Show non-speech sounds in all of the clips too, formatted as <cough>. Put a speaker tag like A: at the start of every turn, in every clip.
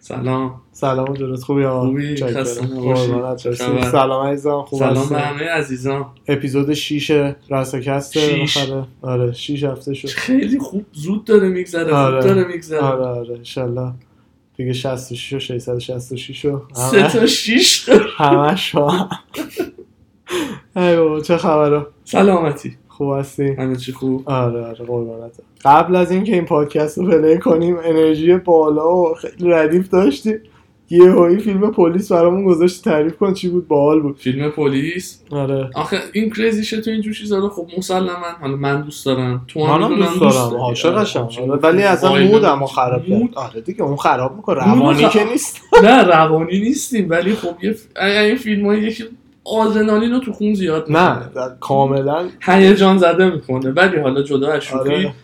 A: سلام
B: سلام و درود خوبی ها
A: خوبی؟
B: چاکره.
A: خسته نباشی.
B: قربانت
A: چه
B: مرسی.
A: خبر؟
B: سلام عزیزم خوب
A: سلام
B: هستی؟
A: به همه عزیزان
B: اپیزود 6 رساکست
A: شیش.
B: بالاخره آره 6 هفته شد
A: خیلی خوب زود داره میگذره
B: آره.
A: خوب داره میگذره
B: آره آره انشالله دیگه 66 و 666 و
A: سه
B: همه
A: تا شیش
B: همه شما ای بابا چه خبره
A: سلامتی
B: خوب هستی
A: همه چی خوب
B: آره آره قربانت قبل از اینکه این پادکست رو پلی کنیم انرژی بالا و خیلی ردیف داشتیم یه هایی فیلم پلیس برامون گذاشت تعریف کن چی بود باحال بود
A: فیلم پلیس
B: آره
A: آخه این کریزیشه تو اینجور چیزا رو خب مسلما حالا من دوست دارم تو هم
B: منم
A: می‌دونم
B: دوست دارم
A: داری.
B: عاشقشم
A: آره.
B: آره، ولی اصلا
A: وایلن.
B: مودم رو خراب
A: مود؟
B: کرد آره دیگه اون خراب میکنه
A: مود
B: روانی
A: خراب.
B: که نیست
A: نه روانی نیستیم ولی خب یه ف- اگه این فیلم های یکی آدرنالین رو تو خون زیاد
B: نه
A: می‌کنه.
B: کاملا
A: هیجان زده میکنه ولی حالا جدا از شوخی
B: آره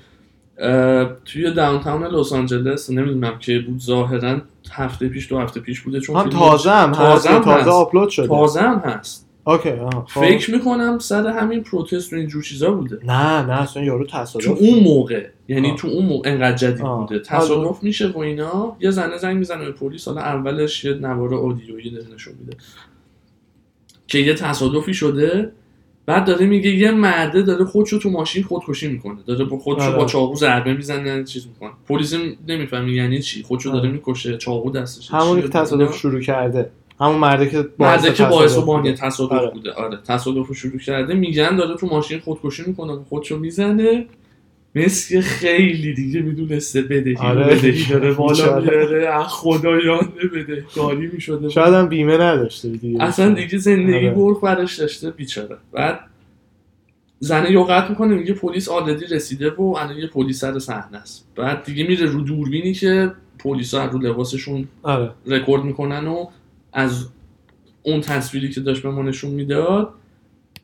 A: اه، توی داونتاون لس آنجلس نمیدونم که بود ظاهرا هفته پیش دو هفته پیش بوده چون
B: هم
A: فیلم
B: تازه هم
A: تازه
B: تازه
A: هم هست.
B: تازه آپلود شده
A: تازه هم هست
B: اوکی آه، خب.
A: فکر میکنم سر همین پروتست و اینجور چیزا بوده
B: نه نه اصلا یارو
A: تو
B: تصادف
A: اون موقع یعنی
B: آه.
A: تو اون موقع انقدر جدید
B: آه.
A: بوده تصادف میشه و اینا یه زنه زنگ میزنه به پلیس حالا اولش یه نوار آدیویی داره نشون میده که یه تصادفی شده بعد داره میگه یه مرده داره خودشو تو ماشین خودکشی میکنه داره با خودشو
B: آره.
A: با چاقو ضربه میزنه چیز میکنه پلیس نمیفهمه یعنی چی خودشو داره
B: آره.
A: میکشه چاقو دستشه
B: همونی
A: چیه؟
B: که تصادف شروع کرده همون مرده که
A: مرده که باعث و
B: تصادف
A: بانی
B: بوده.
A: تصادف
B: آره.
A: بوده آره تصادف رو شروع کرده میگن داره تو ماشین خودکشی میکنه خودشو میزنه مثل که خیلی دیگه میدونسته بدهی
B: آره.
A: آره. بدهی داره بالا
B: بیچاره.
A: میره از خدایان بدهکاری میشده
B: شاید هم بیمه نداشته دیگه
A: اصلا دیگه زندگی
B: آره.
A: برخ برش داشته بیچاره بعد زنه یوقت میکنه میگه پلیس آلدی رسیده و الان یه پلیس سر صحنه است بعد دیگه میره رو دوربینی که پلیسا رو لباسشون
B: آره
A: رکورد میکنن و از اون تصویری که داشت به ما نشون میداد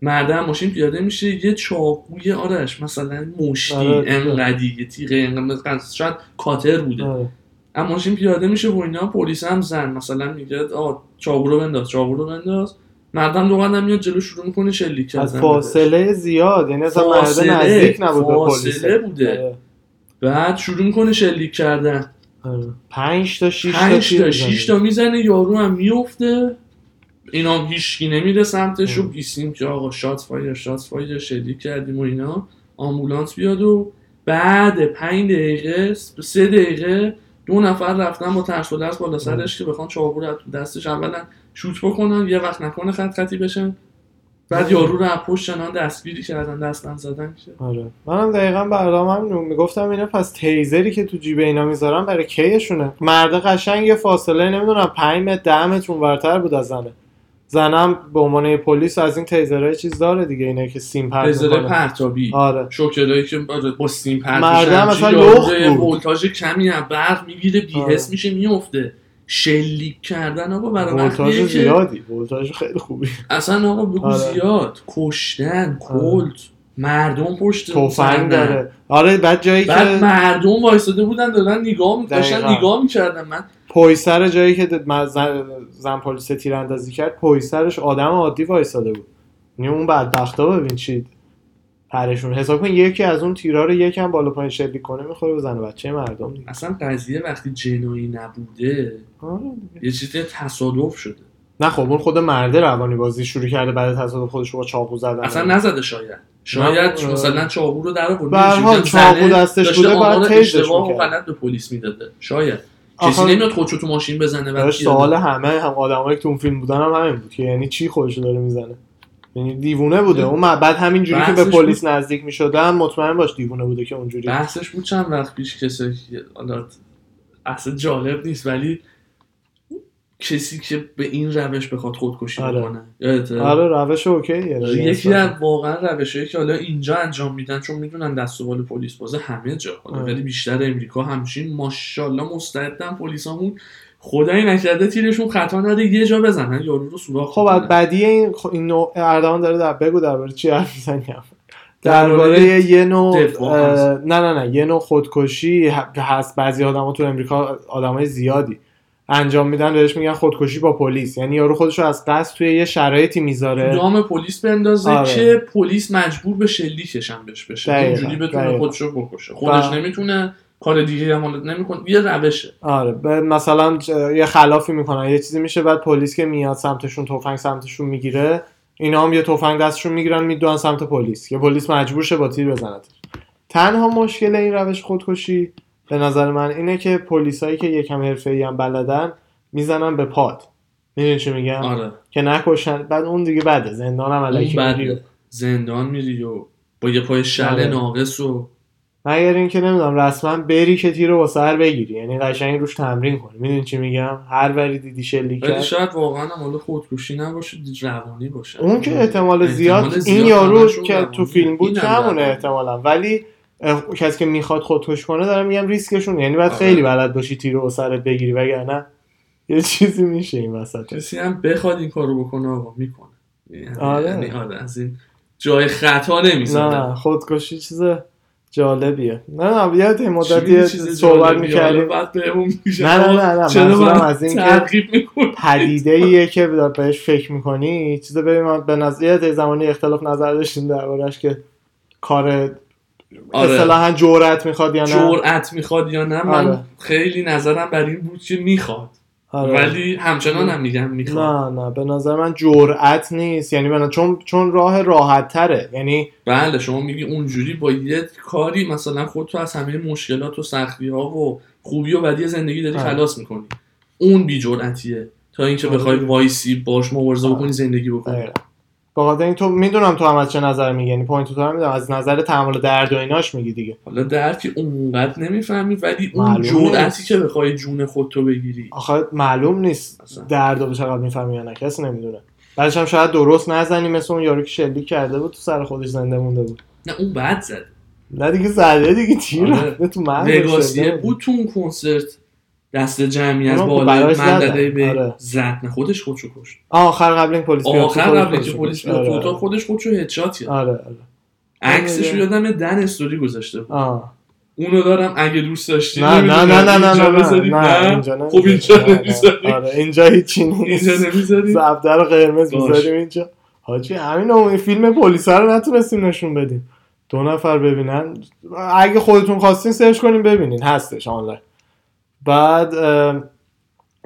A: مرده هم ماشین پیاده میشه یه چاقوی آرش مثلا مشتی
B: آره، دیگه.
A: انقدی یه تیغه انقدی شاید کاتر بوده
B: آره
A: اما ماشین پیاده میشه و اینا پلیس هم زن مثلا میگه آ چاقو رو بنداز چاقو رو بنداز مردم دو قدم میاد جلو شروع میکنه شلیک کردن
B: از
A: بهش.
B: فاصله زیاد یعنی اصلا مرده
A: فاصله-
B: نزدیک نبود به پلیس
A: فاصله بوده
B: آره.
A: بعد شروع میکنه شلیک کردن
B: آره. پنج تا شیش تا
A: پنج
B: تیر
A: تا
B: می‌زنه.
A: شیش تا میزنه یارو هم میفته اینا هم هیچکی نمیره سمتش و
B: ام.
A: گیسیم که آقا شات فایر شات فایر شلیک کردیم و اینا آمبولانس بیاد و بعد پنج دقیقه سه دقیقه دو نفر رفتن با ترس و دست بالا سرش که بخوان چاقو رو از تو دستش اولا شوت بکنن یه وقت نکنه خط خطی بشن بعد
B: ام.
A: یارو رو از پشت شنان دستگیری کردن دستن زدن که
B: آره منم دقیقا برنامه همین رو میگفتم اینا پس تیزری که تو جیب اینا میذارن برای کیشونه مرده قشنگ یه فاصله نمیدونم 5 متر 10 متر اونورتر بود از زنه زنم به عنوان یه پلیس از این تیزرهای چیز داره دیگه اینا که سیم پرت
A: بزره
B: می‌کنه.
A: پرتابی
B: آره
A: شوکرایی که آره، با با سیم پرت
B: مردم
A: میشن،
B: اصلا
A: چی یارو
B: لخت
A: یه
B: بود.
A: ولتاژ کمی از برق میگیره بیهس
B: آره.
A: میشه میفته شلیک کردن آقا برای
B: ولتاژ
A: وقتیه که
B: زیادی ولتاژ خیلی خوبی
A: اصلا آقا بگو
B: آره.
A: زیاد کشتن
B: آره.
A: کلت مردم پشت اون
B: تفنگ
A: صحنه.
B: داره آره بعد جایی
A: بعد
B: که
A: مردم وایساده بودن دارن نگاه می داشتن
B: دقیقاً.
A: نگاه میکردن من
B: پویسر جایی که د- من- زن, زن پلیس تیراندازی کرد پویسرش آدم عادی وایساده بود یعنی اون بدبختا ببین چی پرشون حساب کن یکی از اون تیرا رو یکم بالا پایین شلیک کنه میخوره به زن و بچه مردم دیگه
A: اصلا قضیه وقتی جنایی نبوده
B: آره دیگه.
A: یه چیزی تصادف شده
B: نه خب اون خود مرده روانی بازی شروع کرده بعد تصادف خودش رو با چاقو زدن
A: اصلا نزده شاید شاید
B: نه.
A: مثلا چاقو رو در آورد
B: بله. به هر حال
A: می‌دونی چون زنه
B: چاقو دستش
A: داشته
B: بوده، باید
A: آمار
B: تیزش
A: اشتباه و
B: می‌کرد.
A: غلط به پلیس میداده شاید کسی
B: آخه-
A: نمیاد خودشو تو ماشین بزنه بعد
B: داشت
A: بیاد.
B: سوال همه هم آدمایی که تو اون فیلم بودن هم همین بود که یعنی چی خودش رو داره میزنه یعنی دیوونه بوده اون م- بعد همینجوری که به
A: بحثش
B: پلیس نزدیک میشدن مطمئن باش دیوونه بوده که اونجوری
A: بحثش بود چند وقت پیش کسی که- حالا اصلا جالب نیست ولی کسی که به این روش بخواد خودکشی
B: آره.
A: بکنه یادته؟
B: آره روش اوکیه یعنی
A: یکی از واقعا روشهایی که حالا اینجا انجام میدن چون میدونن دست و بال پلیس بازه همه جا حالا
B: آره.
A: ولی بیشتر امریکا همچین ماشاءالله مستعدن پلیسامون خدای نکرده تیرشون خطا نده یه جا بزنن یارو رو سوراخ
B: خب از
A: کنن.
B: بدی این خب این نوع اردوان داره در بگو درباره چی حرف میزنی
A: درباره
B: درباره یه نوع
A: دفاع
B: اه،
A: هست.
B: نه نه نه یه نوع خودکشی ه- هست بعضی آدما تو امریکا آدمای زیادی انجام میدن بهش میگن خودکشی با پلیس یعنی یارو خودش رو از قصد توی یه شرایطی
A: تو
B: میذاره
A: دام پلیس بندازه
B: بله. آره.
A: که پلیس مجبور به شلیکش هم بهش بشه
B: دقیقاً،
A: اینجوری بتونه
B: دقیقاً.
A: خودش رو بکشه خودش
B: و-
A: نمیتونه کار دیگه هم نمیکنه یه روشه
B: آره ب- مثلا ج- یه خلافی میکنن یه چیزی میشه بعد پلیس که میاد سمتشون تفنگ سمتشون میگیره اینا هم یه تفنگ دستشون میگیرن میدوان سمت پلیس که پلیس مجبور شه با تیر بزنه تنها مشکل این روش خودکشی به نظر من اینه که پلیسایی که یکم حرفه‌ای هم بلدن میزنن به پاد میدونی چی میگم
A: آره
B: که نکشن بعد اون دیگه بده زندانم
A: اون
B: الکی میری.
A: بعد زندان میری و با یه پای شل
B: آره.
A: ناقص و
B: مگر اینکه نمیدونم رسما بری که تیر رو با سر بگیری یعنی قشنگ روش تمرین کنی میدونی چی میگم هر وری دیدی شلیک
A: ولی
B: کرد
A: شاید واقعا هم حالا خودکشی نباشه روانی باشه
B: اون که احتمال زیاد, این
A: زیاد
B: یارو
A: همشون
B: که
A: روانی.
B: تو فیلم بود
A: اینم
B: کمونه
A: روانی.
B: احتمالا ولی اه، کسی که میخواد خودکش کنه دارم میگم ریسکشون یعنی باید
A: آره.
B: خیلی بلد باشی تیر رو سرت بگیری وگرنه یه چیزی میشه این وسط
A: کسی هم بخواد این کارو بکنه آقا میکنه یعنی
B: آره.
A: یعنی آره از این جای خطا نمیزنه
B: نه خودکشی چیز جالبیه نه نه یه مدتی
A: چی چیز
B: صحبت
A: جالبی، حالا
B: میکردیم
A: بعد بهمون میشه
B: نه، نه، نه، نه،
A: چرا
B: منظورم
A: من
B: از این که-
A: ترغیب میکنه
B: پدیده ایه که دار بهش فکر میکنی چیز ببین ما به نظر زمانی اختلاف نظر داشتیم دربارش که کار
A: آره
B: اصطلاحا جرأت میخواد یا نه
A: جرأت میخواد یا نه من
B: آره.
A: خیلی نظرم بر این بود که میخواد
B: آره.
A: ولی همچنان هم میگم میخواد
B: نه نه به نظر من جرأت نیست یعنی من چون چون راه راحت تره یعنی
A: بله شما میگی اونجوری با یه کاری مثلا خودتو از همه مشکلات و سختی ها و خوبی و بدی زندگی داری
B: آره.
A: خلاص میکنی اون بی جرأتیه تا اینکه
B: آره.
A: بخوای وایسی باش مبارزه
B: آره.
A: بکنی زندگی بکنی
B: دقیقاً. به خاطر این تو میدونم تو هم از چه نظر میگی یعنی پوینت تو هم میدونم از نظر تحمل درد و ایناش میگی دیگه
A: حالا درکی اونقدر نمیفهمی ولی اون
B: معلوم
A: جرأتی
B: نیست.
A: که بخوای جون خودتو بگیری
B: آخه معلوم نیست
A: اصلا.
B: درد رو چقدر میفهمی یا نه کسی نمیدونه بعدش هم شاید درست نزنی مثل اون یارو که شلیک کرده بود تو سر خودش زنده مونده بود
A: نه اون بد زد
B: نه دیگه زده دیگه تیر
A: آره.
B: رفته تو من
A: وگاسیه بود تو اون کنسرت دست جمعی از
B: اونا
A: بالا
B: براش زدن.
A: منطقه به
B: آره.
A: زد نه خودش خودشو کشت
B: آخر قبل این پلیس بیاد، تو
A: آخر
B: خودش
A: قبل اینکه
B: خودش
A: پلیس
B: میاد.
A: بیاد تو
B: آره،
A: اتاق خودش خودشو هدشات کرد.
B: آره آره
A: عکسش
B: آره.
A: رو یادم دن استوری گذاشته بود
B: آه.
A: اونو دارم اگه دوست داشتی
B: نه نه نه نه نه
A: یعنی اینجا
B: نه نه
A: بذاری؟
B: نه
A: نه.
B: اینجا
A: خب اینجا
B: نه، نه.
A: نمیذاری
B: آره اینجا هیچی
A: اینجا
B: نیست
A: نمیذاری
B: زبده رو قرمز
A: باش.
B: میذاریم اینجا حاجی همین اون فیلم پلیسا رو نتونستیم نشون بدیم دو نفر ببینن اگه خودتون خواستین سرچ کنین ببینین هستش آنلاین بعد اه،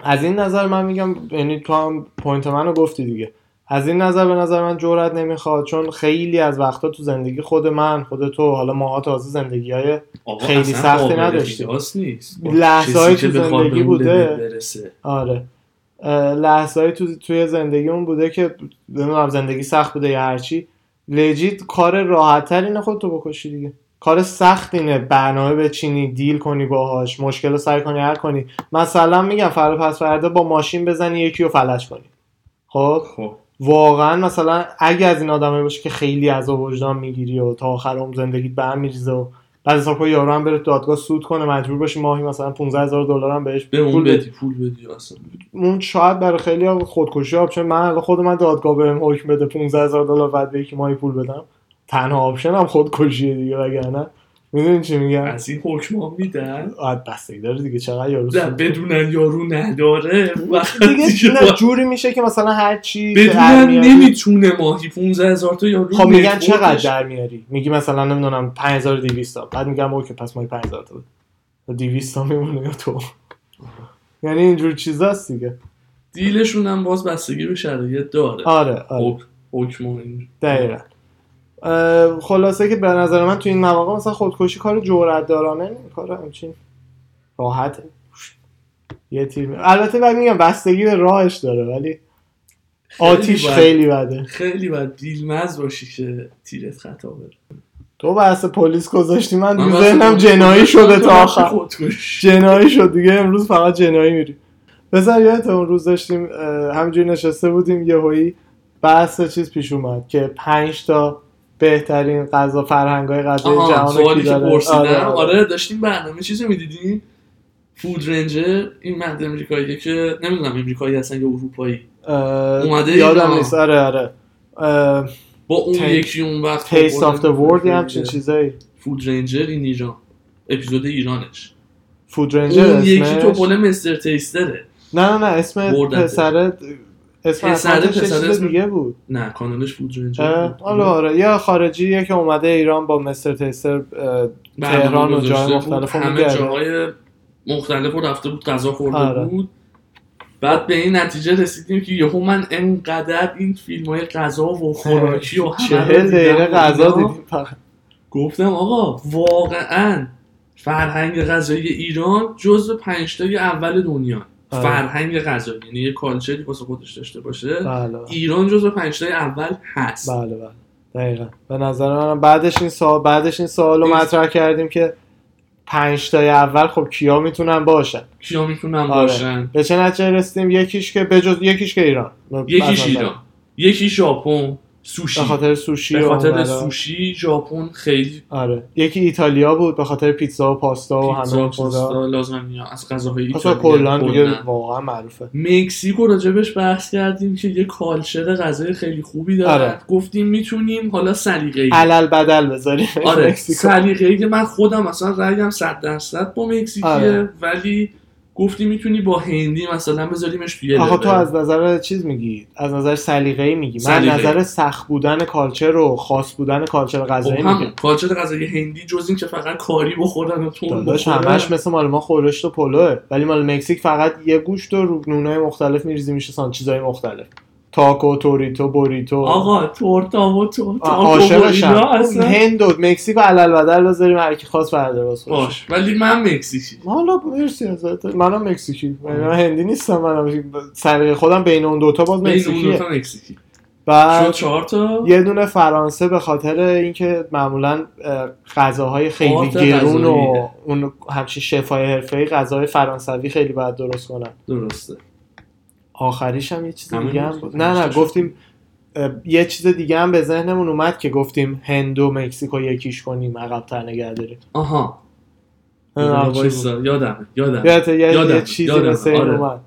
B: از این نظر من میگم یعنی تو هم پوینت منو گفتی دیگه از این نظر به نظر من جرئت نمیخواد چون خیلی از وقتا تو زندگی خود من خود تو حالا ماها تازه زندگی های
A: آقا
B: خیلی
A: اصلا
B: سختی
A: قابل
B: نداشتی.
A: قیاس نیست
B: لحظه‌هایی
A: چیزی
B: تو
A: بخواد
B: زندگی
A: به اون
B: بوده.
A: دل برسه
B: آره لحظه تو توی زندگیمون بوده که نمیدونم زندگی سخت بوده یا هرچی لجیت کار راحت تر اینه خودتو بکشی دیگه کار سخت اینه برنامه بچینی دیل کنی باهاش مشکل رو سعی کنی حل کنی مثلا میگم فردا پس فردا با ماشین بزنی یکی رو فلج کنی خب
A: خب
B: واقعا مثلا اگه از این آدمایی باشه که خیلی از وجدان میگیری و تا آخر عمر زندگیت به هم میریزه و بعد حساب کنی یارو هم بره دادگاه سود کنه مجبور باشی ماهی مثلا 15000 دلار هم بهش
A: به اون
B: پول بدی.
A: بدی پول بدی اصلا
B: اون شاید برای خیلی ها خودکشی آپشن من الان خود من دادگاه بهم حکم بده 15000 دلار بعد به یکی ماهی پول بدم تنها آپشن هم خودکشیه دیگه وگرنه میدونی چی میگم
A: از این حکم ها میدن
B: آد بستگی داره دیگه چقدر یارو
A: نه
B: سود-
A: بدونن یارو نداره وقتی که
B: دیگه نه
A: با-
B: جوری میشه که مثلا هر چی که در
A: بدونن
B: میاری-
A: نمیتونه ماهی 15 هزار تا یارو
B: خب میگن
A: نتورکش.
B: چقدر در میاری میگی مثلا نمیدونم 5200 تا بعد میگم اوکی پس ماهی 5000 تا بده. 200 تا میمونه یا تو یعنی اینجور چیزاست دیگه
A: دیلشون هم باز بستگی به شرایط داره خب،
B: آره آره
A: حک- حکم و این
B: دقیقا اه، خلاصه که به نظر من تو این مواقع مثلا خودکشی کار جرأت دارانه نه. کار همچین راحته یه تیر می- البته بعد میگم بستگی به راهش داره ولی آتیش
A: بد.
B: خیلی بده
A: خیلی باید دیلمز باشی که تیرت خطا بره
B: تو بحث پلیس گذاشتی من
A: من
B: دیگه
A: واسه
B: ذهنم
A: خود-
B: جنایی شده
A: من
B: تا آخر
A: خودکش.
B: جنایی شد دیگه امروز فقط جنایی میری بذار یادت اون روز داشتیم اه، همینجوری نشسته بودیم یهویی بحث چیز پیش اومد که پنج تا بهترین غذا فرهنگای غذای
A: آها،
B: جهان رو
A: سوالی
B: کی
A: که
B: داره
A: پرسیدم
B: آره،
A: آره,
B: آره.
A: داشتیم برنامه چیزی میدیدیم فود رنجر این مرد امریکاییه که نمیدونم امریکایی هستن یا اروپایی
B: اه،
A: اومده
B: یادم
A: اینا. خب،
B: نیست آره آره
A: با اون
B: تی-
A: یکی اون وقت
B: تیست
A: خوردن
B: آف دی ورد
A: فود
B: همچین
A: رنجر.
B: چیزایی
A: فود رنجر این ایران اپیزود ایرانش
B: فود رنجر
A: اون یکی تو
B: اسمش
A: پل مستر تیستره
B: نه نه نه اسم
A: بردتش.
B: پسره اسم
A: پسره،
B: اصلا
A: پسره
B: چیز
A: اسم-
B: دیگه بود
A: نه کانالش فود رنجر
B: اه،
A: بود.
B: حالا آره یا خارجیه که اومده ایران با مستر تیستر اه،
A: برنامه
B: تهران و جای
A: گذاشته بود.
B: مختلف رو
A: همه
B: می‌گرده.
A: جاهای مختلف رو رفته بود غذا خورده
B: آره.
A: بود بعد به این نتیجه رسیدیم که یهو من انقدر این فیلم های غذا و خوراکی و همه رو
B: چهل دقیقه
A: دیدم و
B: غذا
A: اینا.
B: دیدیم فقط.
A: گفتم آقا واقعا فرهنگ غذایی ایران جزو پنجتای اول دنیا
B: آره.
A: فرهنگ غذایی یعنی یه کالچری واسه خودش داشته باشه
B: بله بله.
A: ایران جزو پنجتای اول هست
B: بله بله دقیقا به نظر منم بعدش این سوال بعدش این سوال رو
A: این-
B: مطرح کردیم که پنج تای اول خب کیا میتونن باشن
A: کیا میتونن
B: آره.
A: باشن
B: به چه نتیجه رسیدیم یکیش که بجز یکیش که ایران
A: یکیش
B: مثلا.
A: ایران یکی ژاپن سوشی
B: بله، به خاطر سوشی
A: به
B: و اون
A: خاطر
B: برا-
A: سوشی ژاپن خیلی
B: آره یکی ایتالیا بود به خاطر پیتزا و پاستا و همه
A: پیتزا
B: این چیزا
A: پاستا لازانیا از غذاهای
B: اصلا
A: ایتالیا
B: کلا دیگه
A: کلاً.
B: واقعا معروفه
A: مکزیکو راجبش بحث کردیم که یه کالچر غذای خیلی خوبی داره
B: آره.
A: گفتیم میتونیم حالا سلیقه‌ای
B: علل بدل بذاریم
A: آره
B: مکزیکو.
A: سلیقه‌ای که من خودم مثلا رأیم 100 درصد با مکزیکیه
B: آره.
A: ولی گفتی میتونی با هندی مثلا بذاریمش توی یه
B: آخه
A: level.
B: تو از نظر چیز میگی از نظر سلیقه‌ای میگی من
A: سلیقه‌ای.
B: نظر سخت بودن کالچر و خاص بودن کالچر
A: خب
B: غذایی میگم
A: هم کالچر غذای هندی جز این که فقط کاری بخورن و تون
B: داداش
A: بخورن
B: همش مثل مال ما خورشت و پلوه ولی مال مکزیک فقط یه گوشت و رو نونای مختلف میریزی میشه سان چیزای مختلف تاکو توریتو بوریتو
A: آقا تورتا و تو
B: آ-
A: تاکو و
B: عاشقشم
A: اینا اصلا
B: هند و مکزیک و علل بدل بذاریم هر کی خواست بردار باز خودش.
A: باش ولی من مکزیکی
B: حالا مرسی ازت منم مکزیکی من هندی نیستم منم سلیقه خودم بین اون دوتا باز
A: بین اون دو
B: مکزیکیه
A: تا مکزیکی شد
B: بعد
A: چهار تا
B: یه دونه فرانسه به خاطر اینکه معمولا اه، غذاهای خیلی
A: آرت
B: گرون و
A: غذاییه.
B: اون همچین شفای حرفه‌ای غذاهای فرانسوی خیلی باید درست کنن
A: درسته
B: آخریش هم یه چیز
A: همون
B: دیگه هم
A: بود.
B: بود نه نه
A: نوشته شد.
B: گفتیم اه، یه چیز دیگه هم به ذهنمون اومد که گفتیم هند و مکزیکو یکیش کنیم عقب‌تر نگه داریم
A: آها
B: نمی‌دونم چی بود.
A: وایسا، یادم یادم
B: یادت- یه
A: یادمه،
B: یه چیزی
A: یادمه،
B: مثل این
A: آره. خب.
B: اومد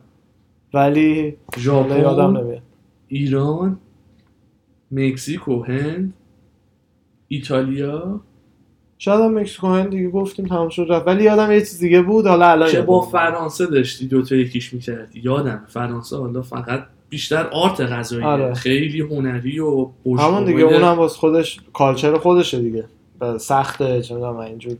B: ولی حالا یادم
A: ژاپن
B: نمیاد
A: ایران مکزیک و هند ایتالیا
B: شاید هم مکزیکو هند دیگه گفتیم تمام شد رفت ولی یادم یه چیز دیگه بود حالا الان
A: که
B: یادم
A: با
B: اومد.
A: فرانسه داشتی دوتا یکیش میکردی یادم فرانسه حالا فقط بیشتر آرت غذایی
B: آره.
A: خیلی هنری و بشقابه.
B: همون دیگه اونم باز خودش کالچر خودشه دیگه و سخته چه می‌دونم اینجور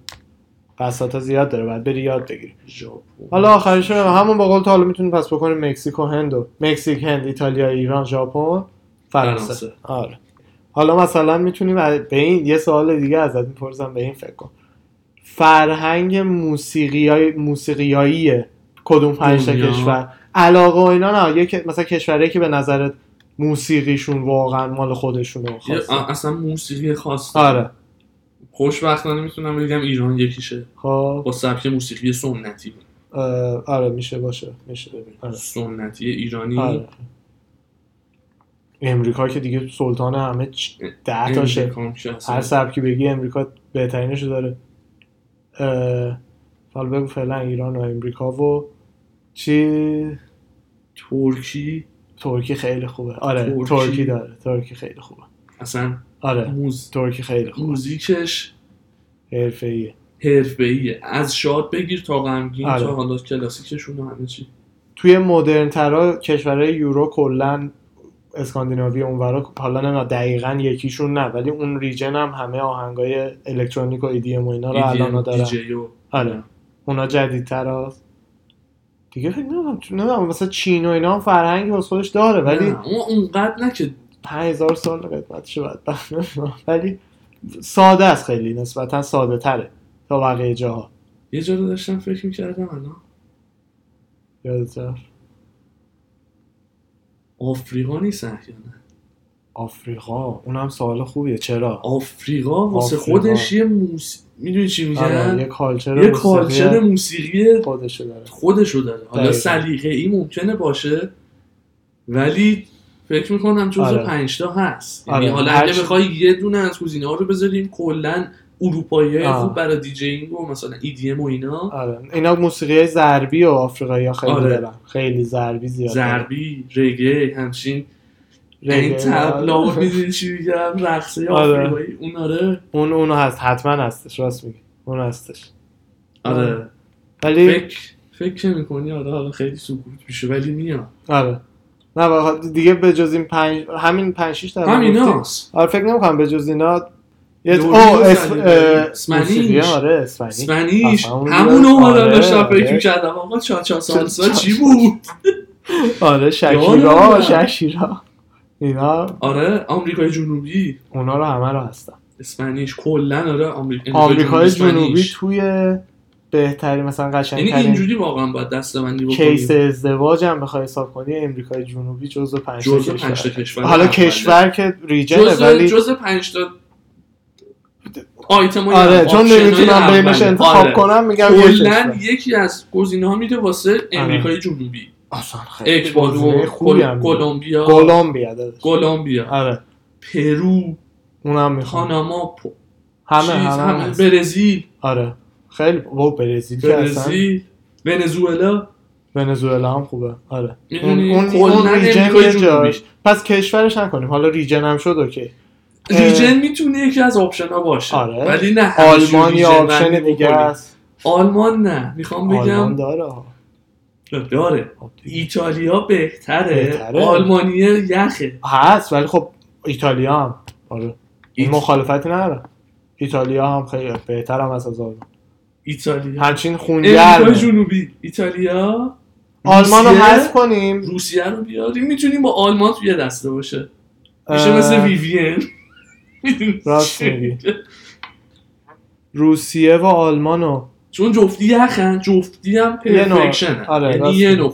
B: بساتا زیاد داره باید بری یاد بگیری
A: ژاپن.
B: حالا آخرش رو همون با قول تو حالا میتونیم پس بکنیم مکزیک و هند و مکزیک هند ایتالیا ایران ژاپن فرانسه
A: فرانسه.
B: آره حالا مثلا میتونیم به این یه سوال دیگه ازت میپرسم به این فکر کن فرهنگ موسیقیای موسیقیایی کدوم پنج تا
A: دنیا.
B: کشور علاقه و اینا نه یک مثلا کشوری که به نظرت موسیقیشون واقعا مال خودشونه
A: یه-
B: خاصه.
A: آ- اصلا موسیقی خاص
B: آره
A: خوشبختانه میتونم بگم ایران یکیشه
B: خب
A: با سبک موسیقی سنتی
B: اه، آره میشه باشه میشه آره.
A: سنتی ایرانی
B: آره. امریکا که دیگه سلطان همه چ- ده تاشه
A: امریکا هم که اصلا-
B: هر سبکی بگی امریکا بهترینشو داره اه، حالا بگو فعلا ایران و امریکا و چی
A: ترکی
B: ترکی خیلی خوبه آره ترکی,
A: ترکی.
B: داره ترکی خیلی خوبه
A: اصلا
B: آره
A: موز
B: ترکی خیلی خوبه
A: موزیکش
B: حرفه‌ایه
A: حرفه‌ایه از شاد بگیر تا غمگین
B: آره.
A: تا حالا کلاسیکشون و همه چی
B: توی مدرن ترا کشورهای یورو کلا اسکاندیناوی اونورا حالا نه دقیقا یکیشون نه ولی اون ریجن هم همه آهنگای الکترونیک و ایدیم و اینا رو آره، الان
A: EDM,
B: دارن
A: DJ و
B: آره اونا جدیدتر هست دیگه فکر نمیدونم نمیدونم مثلا چین و اینا هم فرهنگی واسه خودش داره ولی
A: نه، اون اونقدر نه که
B: 5000 سال قدمتش بعد <laughs> ولی ساده است خیلی نسبتا ساده تره تا بقیه جاها
A: یه جا رو داشتم فکر میکردم الان
B: یادت رفت؟
A: آفریقا نیست احیانا
B: آفریقا اونم سوال خوبیه چرا
A: آفریقا واسه
B: آفریقا.
A: خودش یه موس میدونی چی
B: آره، یه
A: میگن
B: کالچر
A: یه
B: موسیقی
A: کالچر موسیقی
B: خودشو داره
A: خودشو داره حالا
B: دقیقاً.
A: سلیقه ای ممکنه باشه ولی فکر میکنم جزو
B: آره.
A: پنجتا هست
B: آره.
A: یعنی حالا
B: هر
A: اگه
B: چی-
A: بخوای یه دونه از گزینه ها رو بذاریم کلا اروپایی
B: آه.
A: خوب برای دیجینگ و مثلا EDM و اینا
B: آره اینا موسیقی ضربی و آفریقایی ها خیلی
A: آره.
B: دارن خیلی ضربی زیاد
A: ضربی رگه همچین
B: دارن.
A: این تبلا میدونی چی میگم رقصه
B: آره.
A: آفریقایی اون آره
B: اون اون هست حتما هستش راست میگی اون هستش
A: آره
B: ولی
A: فکر فکر میکنی آره حالا خیلی سکوت میشه ولی میاد
B: آره نه واقعا دیگه به جز این پنج همین پنج شیش تا
A: همین
B: گفتیم.
A: هاست
B: آره فکر نمی‌کنم به جز اینا یه-
A: دوری
B: او اس...
A: زنی
B: اه،
A: اسمنیش.
B: موسیقی، آره اسپانیش
A: اسپانیش
B: آفرین.
A: همون اومدم
B: آره،
A: داشتم
B: آره.
A: فکر می‌کردم آقا چاچا سانسا
B: چا-
A: چی بود
B: آره
A: یادم
B: شکیرا
A: نمیاد.
B: شکیرا اینا
A: آره آمریکای جنوبی
B: اونا رو همه رو هستن
A: اسپانیش کلا آره آمریکای
B: آمریکای جنوبی
A: اسپانیش.
B: توی بهترین مثلا
A: یعنی
B: قشنگترین
A: اینجوری واقعا باید دستبندی
B: کیس
A: بکنیم
B: ازدواج هم بخوای حساب کنی امریکای جنوبی جزو پنج تا بله.
A: جزء پنج تا
B: کشور
A: کشور
B: حالا
A: اوله.
B: کشور که ریجنه
A: جزء
B: ولی
A: جزء پنج تا آیتم
B: آره چون نمیتونم بینش
A: آره.
B: انتخاب کنم میگم یه
A: کلا
B: کشور
A: یکی از گزینه ها میده واسه امریکای جنوبی
B: اصلا خیلی
A: اکوادور
B: آره. گزینه خوبی
A: کل-
B: هم
A: کلمبیا
B: کلمبیا داداش.
A: کلمبیا
B: آره
A: پرو
B: اونم میخوام
A: پاناما پ-
B: همه
A: چیز،
B: همه هست.
A: برزیل
B: آره خیلی با برزیل که اصلا
A: برزیل ونزوئلا
B: ونزوئلا هم خوبه آره اون
A: میدونی
B: اون,
A: یعنی کلاً
B: اون ریجن
A: امریکای
B: یه
A: جنوبی
B: جاش پس کشورش نکنیم حالا ریجن هم شد اوکی اه.
A: ریجن میتونه یکی از آپشن ها باشه
B: آره.
A: ولی نه همشون
B: آلمان یه
A: ریجن
B: آپشن
A: بندی
B: دیگه
A: بکنیم.
B: است
A: آلمان نه میخوام
B: آلمان
A: بگم
B: داره ها.
A: داره
B: خب دیگه.
A: ایتالیا بهتره,
B: بهتره.
A: آلمانیه یخه
B: هست ولی خب ایتالیا هم آره این
A: ایت-
B: مخالفتی نداره ایتالیا هم خیلی بهتر هم است از آلمان
A: ایتالیا
B: همچین
A: امریکای
B: خونگرمه
A: جنوبی ایتالیا
B: آلمان رو
A: روسیه؟
B: حذف کنیم
A: روسیه رو بیاریم میتونیم با آلمان توی دسته باشه میشه
B: اه،
A: مثل ویوین <laughs> می‌دونی
B: راست
A: چی؟
B: میگی. روسیه و آلمان رو
A: چون جفتی یخن جفتی هم
B: یه نوع.
A: پرفکشن
B: آره،
A: یعنی
B: راست
A: یه نوع
B: میگی. نه مال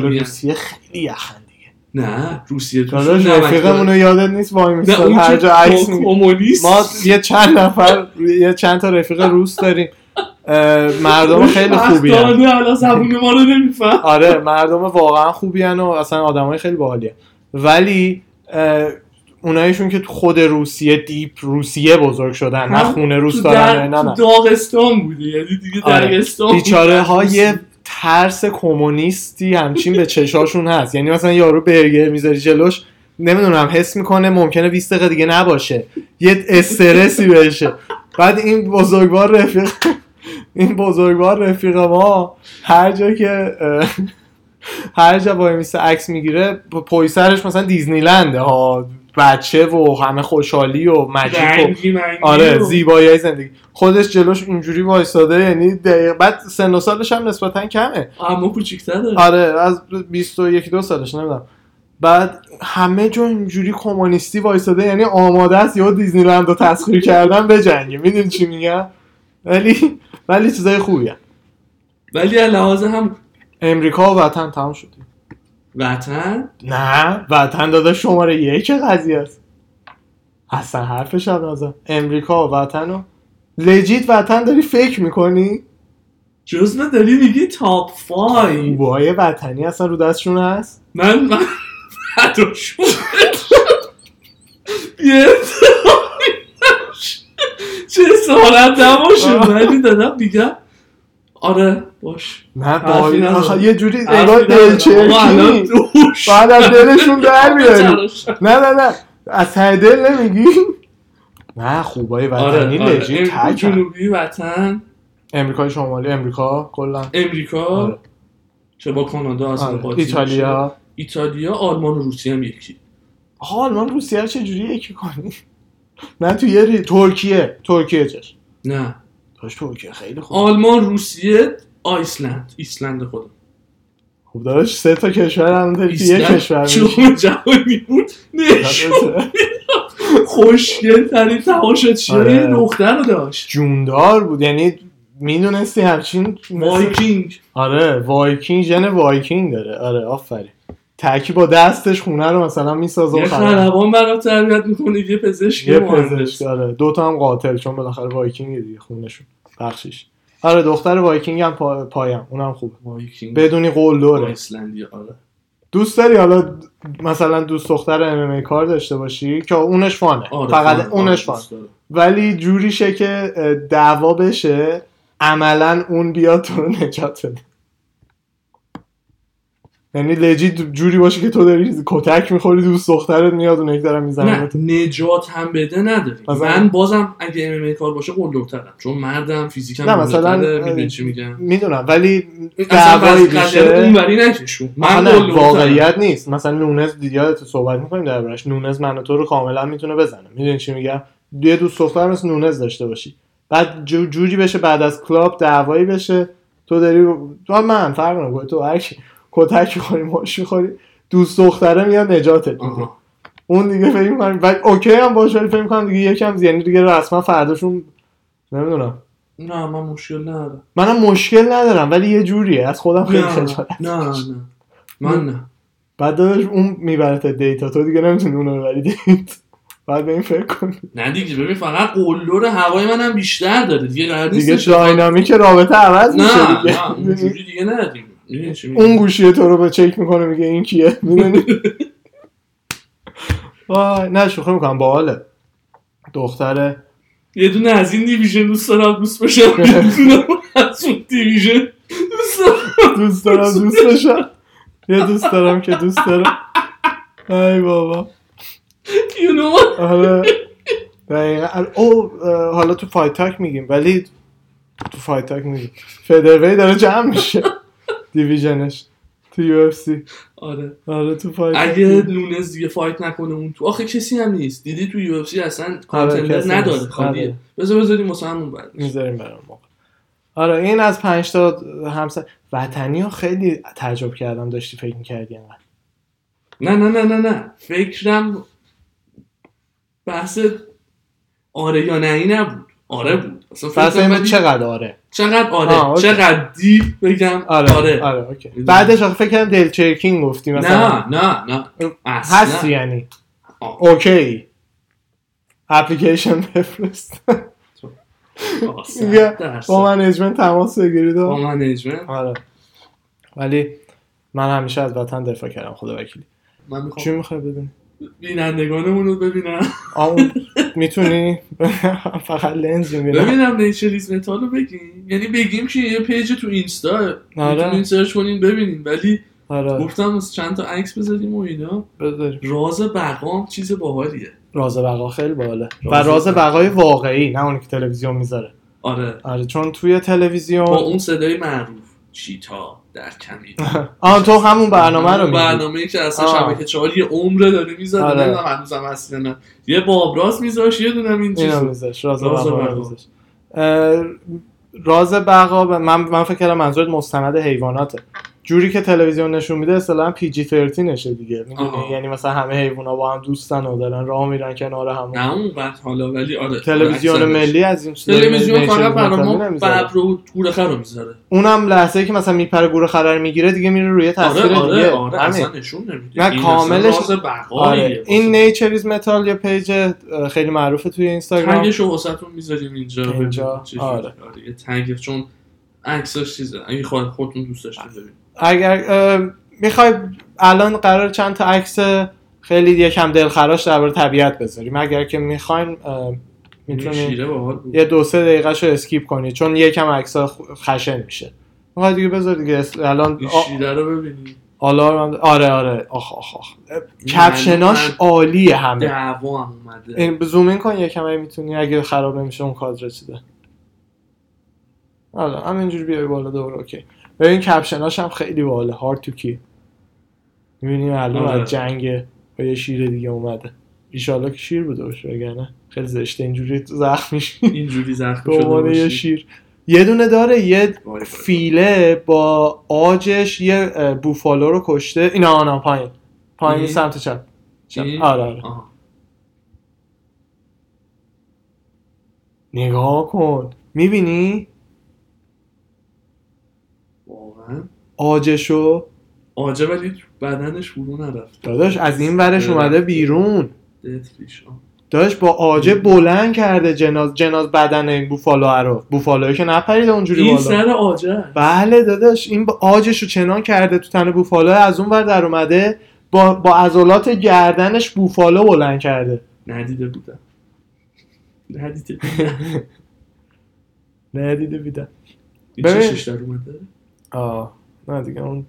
A: خوشگلیه
B: روسیه خیلی یخن دیگه
A: نه روسیه توشون
B: داداش
A: نمک داره.
B: رفیقمون رو یادت نیست وای
A: نه
B: میستاد
A: اون
B: هر جا عکس
A: که
B: می
A: کمونیست
B: ما یه چند نفر یه چند تا رفیق روس داریم اه،
A: <laughs>
B: مردم خیلی خوبی هن.
A: خوشبختانه الان زبون ما رو نمیفهم
B: آره مردم واقعا خوبی هن و اصلا آدمای خیلی باحالی هن. ولی اه، اونایشون که تو خود روسیه دیپ روسیه بزرگ شدن نه
A: هم
B: خونه روس
A: تو
B: دارن
A: در-
B: نه نه
A: تو داغستان بودی یعنی دیگه
B: آره.
A: داغستان
B: بیچاره ها یه ترس کمونیستی همچین به چشاشون هست یعنی مثلا یارو برگر میذاری جلوش نمیدونم حس میکنه ممکنه 20 دقیقه دیگه نباشه یه استرسی بشه بعد این بزرگوار رفیق این بزرگوار رفیق ما هر جا که اه، هر جا وای میسته عکس میگیره پای سرش مثلا دیزنی لنده ها بچه و همه خوشحالی و مجیک و
A: رنگی منگی
B: آره
A: و-
B: زیبایی زندگی خودش جلوش اینجوری وایستاده یعنی دقیق بعد سن و سالش هم نسبتا کمه
A: اما کوچیک‌تره
B: آره از 21 دو سالش نمیدونم بعد همه جا اینجوری کمونیستی وایستاده یعنی آماده است یا دیزنی لند رو تسخیر کردن بجنگه میدونی چی میگم ولی ولی چیزای خوبیه
A: ولی از لحاظ هم
B: امریکا و وطن تمام شد
A: وطن
B: نه وطن داده شماره یک قضیه است اصلا حرفش هم نزن امریکا و وطن رو لجیت وطن داری فکر میکنی؟
A: جزمه داری میگی تاپ فای
B: خوبای وطنی اصلا رو دستشون هست
A: من من فداشون یه چه سارت نباشه ولی دادم میگم آره باش
B: نه
A: حرفی
B: بایی
A: ندارم.
B: آخه یه جوری انگار
A: حرفی ندارم. آقا الان
B: دلچرکی
A: دوش.
B: بعد از
A: <laughs>
B: دلشون در میاری
A: بچرخ.
B: نه نه نه از ته دل نمیگی نه خوبای وطنی
A: آره آره
B: لجیت
A: امریکا
B: تکن
A: جنوبی وطن
B: امریکای شمالی امریکا کلا آره.
A: امریکا که با کانادا اصلا
B: آره.
A: قاطی میشه.
B: ایتالیا
A: ایتالیا آلمان و روسیه هم یکی
B: آها آلمان روسیه رو چجوری یکی کنی <laughs> نه تو یه ری... ترکیه ترکیه چش
A: نه
B: داش ترکیه خیلی خوب
A: آلمان روسیه آیسلند ایسلند خودم
B: خوب داشت سه تا کشور هم داری که یه کشور <laughs> میشی.
A: چون جهانی بود نشون خوشگل ترین
B: آره.
A: تماشاچیه دختر رو داشت
B: جوندار بود یعنی میدونستی همچین مثل-
A: وایکینگ
B: آره وایکینگ ژن وایکینگ داره آره آفرین تکی با دستش خونه رو مثلا میسازه و
A: یه
B: خراب
A: خلبان برات تربیت میکنه یه پزشک
B: یه
A: یه
B: پزشک
A: مهندس
B: آره دو تا هم قاتل چون بالاخره وایکینگ دیگه خونشون بخشش آره دختر وایکینگ هم پا... پایم اونم خوبه
A: وایکینگ
B: بدونی قلدره
A: آیسلندی آره
B: دوست داری حالا مثلا دوست دختر ام ام کار داشته باشی که اونش فانه
A: آره،
B: فقط
A: آره،
B: اونش فانه
A: دوست دارم.
B: ولی جوری شه که اه، دعوا بشه عملا اون بیاد تو رو نجات بده یعنی لجیت جوری باشه که تو داری کتک میخوری دوست دخترت میاد اون یکی
A: نه
B: میزنه
A: نجات هم بده نداری
B: مثلا-
A: من بازم اگه ام کار باشه قلدرترم چون مردم فیزیکم
B: نه، مثلا-
A: قلدرتره میدونی چی میگم
B: میدونم ولی
A: اصلا
B: دعوایی
A: از قضیه رو
B: میشه
A: اونوری نکشون
B: آخه
A: من
B: نه،
A: قلدرترم.
B: واقعیت نیست مثلا نونز دیگه تو صحبت میکنیم دربارش نونز من و تو رو کاملا میتونه بزنه میدونی چی میگم یه دوست دختر مثل نونز داشته باشی بعد جو جوری بشه بعد از کلاب دعوایی بشه تو داری تو من فرق نمیکنه تو هر کی کتک می‌خوری ماش می‌خوری دوست دختره میاد نجاتت میده
A: آها.
B: اون دیگه فکر می‌کنم بعد اوکی هم باشه ولی فکر می‌کنم دیگه یکم یعنی دیگه رسما فرداشون نمیدونم
A: نه من مشکل ندارم
B: منم مشکل ندارم ولی یه جوریه از خودم خیلی
A: نه
B: خجالت
A: نه نه من نه
B: بعد داداش اون میبرت دیتا تو دیگه نمیتونی اونو ببری دیتا بعد به این فکر کنی
A: نه دیگه ببین فقط قلدر هوای منم بیشتر داره دیگه قرار نیست
B: دیگه داینامیک رابطه عوض
A: نه
B: میشه
A: نه
B: دیگه می‌دونی؟
A: اونجوری دیگه نه دیگه می‌دونی چی می‌گم؟
B: اون گوشی تو رو به چک میکنه میگه این کیه میدونی
A: <laughs>
B: وای نه شوخی میکنم باحاله
A: <laughs>
B: دختره
A: یه دونه از این دیویژن دوست دارم دوست بشم
B: <laughs>
A: یه دونه از اون دیویژن دوست دارم
B: دوست دارم دوست بشم یه دوست دارم که دوست دارم ای بابا
A: you know what?
B: آره دقیقا او اه، حالا تو فایت تاک میگیم ولی تو فایت تاک میگیم فدروی داره جمع میشه دیویژنش تو یو اف سی
A: آره
B: آره تو فایت تاک
A: اگه نونز دیگه فایت نکنه اون تو آخه کسی هم نیست دیدی تو یو اف سی اصلا کانتندر
B: آره، کسی
A: نداره
B: نیست.
A: خالیه
B: آره.
A: بذار بذاریم مثلا اون بعد
B: میذاریم برای اون موقع آره این از پنج تا همسر وطنی ها خیلی تعجب کردم داشتی فکر میکردی اینقدر
A: نه نه نه نه نه فکرم بحث آره یا نه نبود آره بود اصلا
B: پس
A: فکرم
B: این
A: ولی
B: چقدر آره
A: چقدر
B: آه،
A: آره
B: اوکی.
A: چقدر دیر بگم
B: آره
A: آره,
B: آره اوکی
A: می‌دونم.
B: بعدش آخه فکر کردم دلچرکین گفتی مثلا
A: نه نه نه اصلا
B: هست یعنی
A: آه.
B: اوکی اپلیکیشن <laughs> بفرست
A: آه، صد
B: میگه
A: درصد.
B: با منیجمنت تماس بگیرید
A: با
B: و-
A: منیجمنت
B: آره ولی من همیشه از وطن دفاع کردم خدا وکیلی
A: من
B: چی
A: میخوام
B: میخوای بدونی
A: بینندگانمون رو ببینم
B: آمون میتونی <laughs> فقط لنز میبینم
A: ببینم نیچریز متال رو بگیم یعنی بگیم که یه پیج تو اینستا
B: آره.
A: میتونین سرچ کنین ببینین ولی
B: آره
A: گفتم از چند تا عکس بذاریم و اینا
B: بذاریم.
A: راز بقام چیز باحالیه
B: راز بقا خیلی باله و
A: راز
B: راز
A: بقا.
B: بقای واقعی نه اونی که تلویزیون میذاره
A: آره
B: آره چون توی
A: با
B: تلویزیون
A: اون صدای معروف چیتا در کمی
B: آن تو همون برنامه رو میگی
A: برنامه که اصلا
B: آه.
A: شبکه چهار یه عمره داره میزد آره.
B: آره.
A: هنوزم هست یا نه یه بابراز میذاش یه دونم این چیز
B: اینو میذاش راز
A: راز
B: بقا رو
A: بقا.
B: میذاش. اه، راز بقا به- من من فکر کردم منظورت مستند حیواناته جوری که تلویزیون نشون میده اصلا پی جی 13 نشه دیگه میدونی
A: آها.
B: یعنی مثلا همه حیونا با هم دوستن و دارن راه میرن کنار هم
A: نه اون بعد حالا ولی آره
B: تلویزیون
A: اکثرش.
B: ملی از این یعنی
A: تلویزیون
B: نیشنال
A: فقط برای
B: مطلبی
A: ما
B: نمیذاره.
A: ببر و گورخه رو میذاره
B: اونم لحظه ای که مثلا میپره گوره خرر میگیره دیگه میره روی تصویر
A: آره آره
B: دیگه
A: آره
B: همین.
A: اصلا نشون نمیده
B: نه،
A: این
B: کاملش-
A: اصلا راز
B: آره.
A: بقاییه
B: این نیچریز متال یه پیج اه، خیلی معروفه توی اینستاگرام
A: تگش رو واسهتون میذاریم اینجا
B: اینجا،
A: ببینید چه جوری.
B: آره.
A: یه تگ چون عکسش چیزه اگه خواهد خودتون دوست داشتین ببینید
B: اگر اه، میخوای الان قرار چند تا عکس خیلی یکم دلخراش درباره طبیعت بذاریم اگر که میخوایم میتونیم
A: شیره باحال بود
B: یه دو سه دقیقهش رو اسکیپ کنی چون یکم عکس خشن میشه میخوای دیگه بذار دیگه اس- الان
A: این
B: آ-
A: شیره رو ببینید
B: آلارم آره آره آخ آخ آخ اه، کپشناش
A: من-
B: عالیه همه
A: دعوا هم اومده
B: این زوم این کن یکم اگه میتونی اگه خراب نمیشه اون کادر چیده حالا همینجوری بیای بالا دوباره اوکی ببین کپشناش هم خیلی بالا هارد تو کی میبینی معلوم
A: آره.
B: از جنگ با یه شیر دیگه اومده ایشالا که شیر بوده باشه وگرنه خیلی زشته اینجوری زخم میشی
A: اینجوری زخم
B: به
A: شده
B: عنوان یه
A: باشی آره.
B: شیر یه دونه داره یه
A: وای وای.
B: فیله با آجش یه اه، بوفالو رو کشته اینا آنا پایین پایین
A: این؟
B: سمت چپ چپ.
A: این؟
B: آره آره
A: آها.
B: نگاه کن میبینی
A: واقعا
B: آجشو
A: آجه ولی تو بدنش فرو نرفت
B: داداش از این ورش اومده بیرون
A: دتریش آه.
B: داداش با آجه بلند کرده جناز جناز بدن این بوفالو رو بوفالوی که نپریده اونجوری
A: این
B: بالا
A: سر آجه
B: بله داداش این با آجش رو چنان کرده تو تن بوفالو از اون ور در اومده با با عضلات گردنش بوفالو بلند کرده
A: ندیده بودم ندیده
B: نه دیده بیدم
A: این چه
B: ببین.
A: شش در اومده
B: آه نه دیگه اون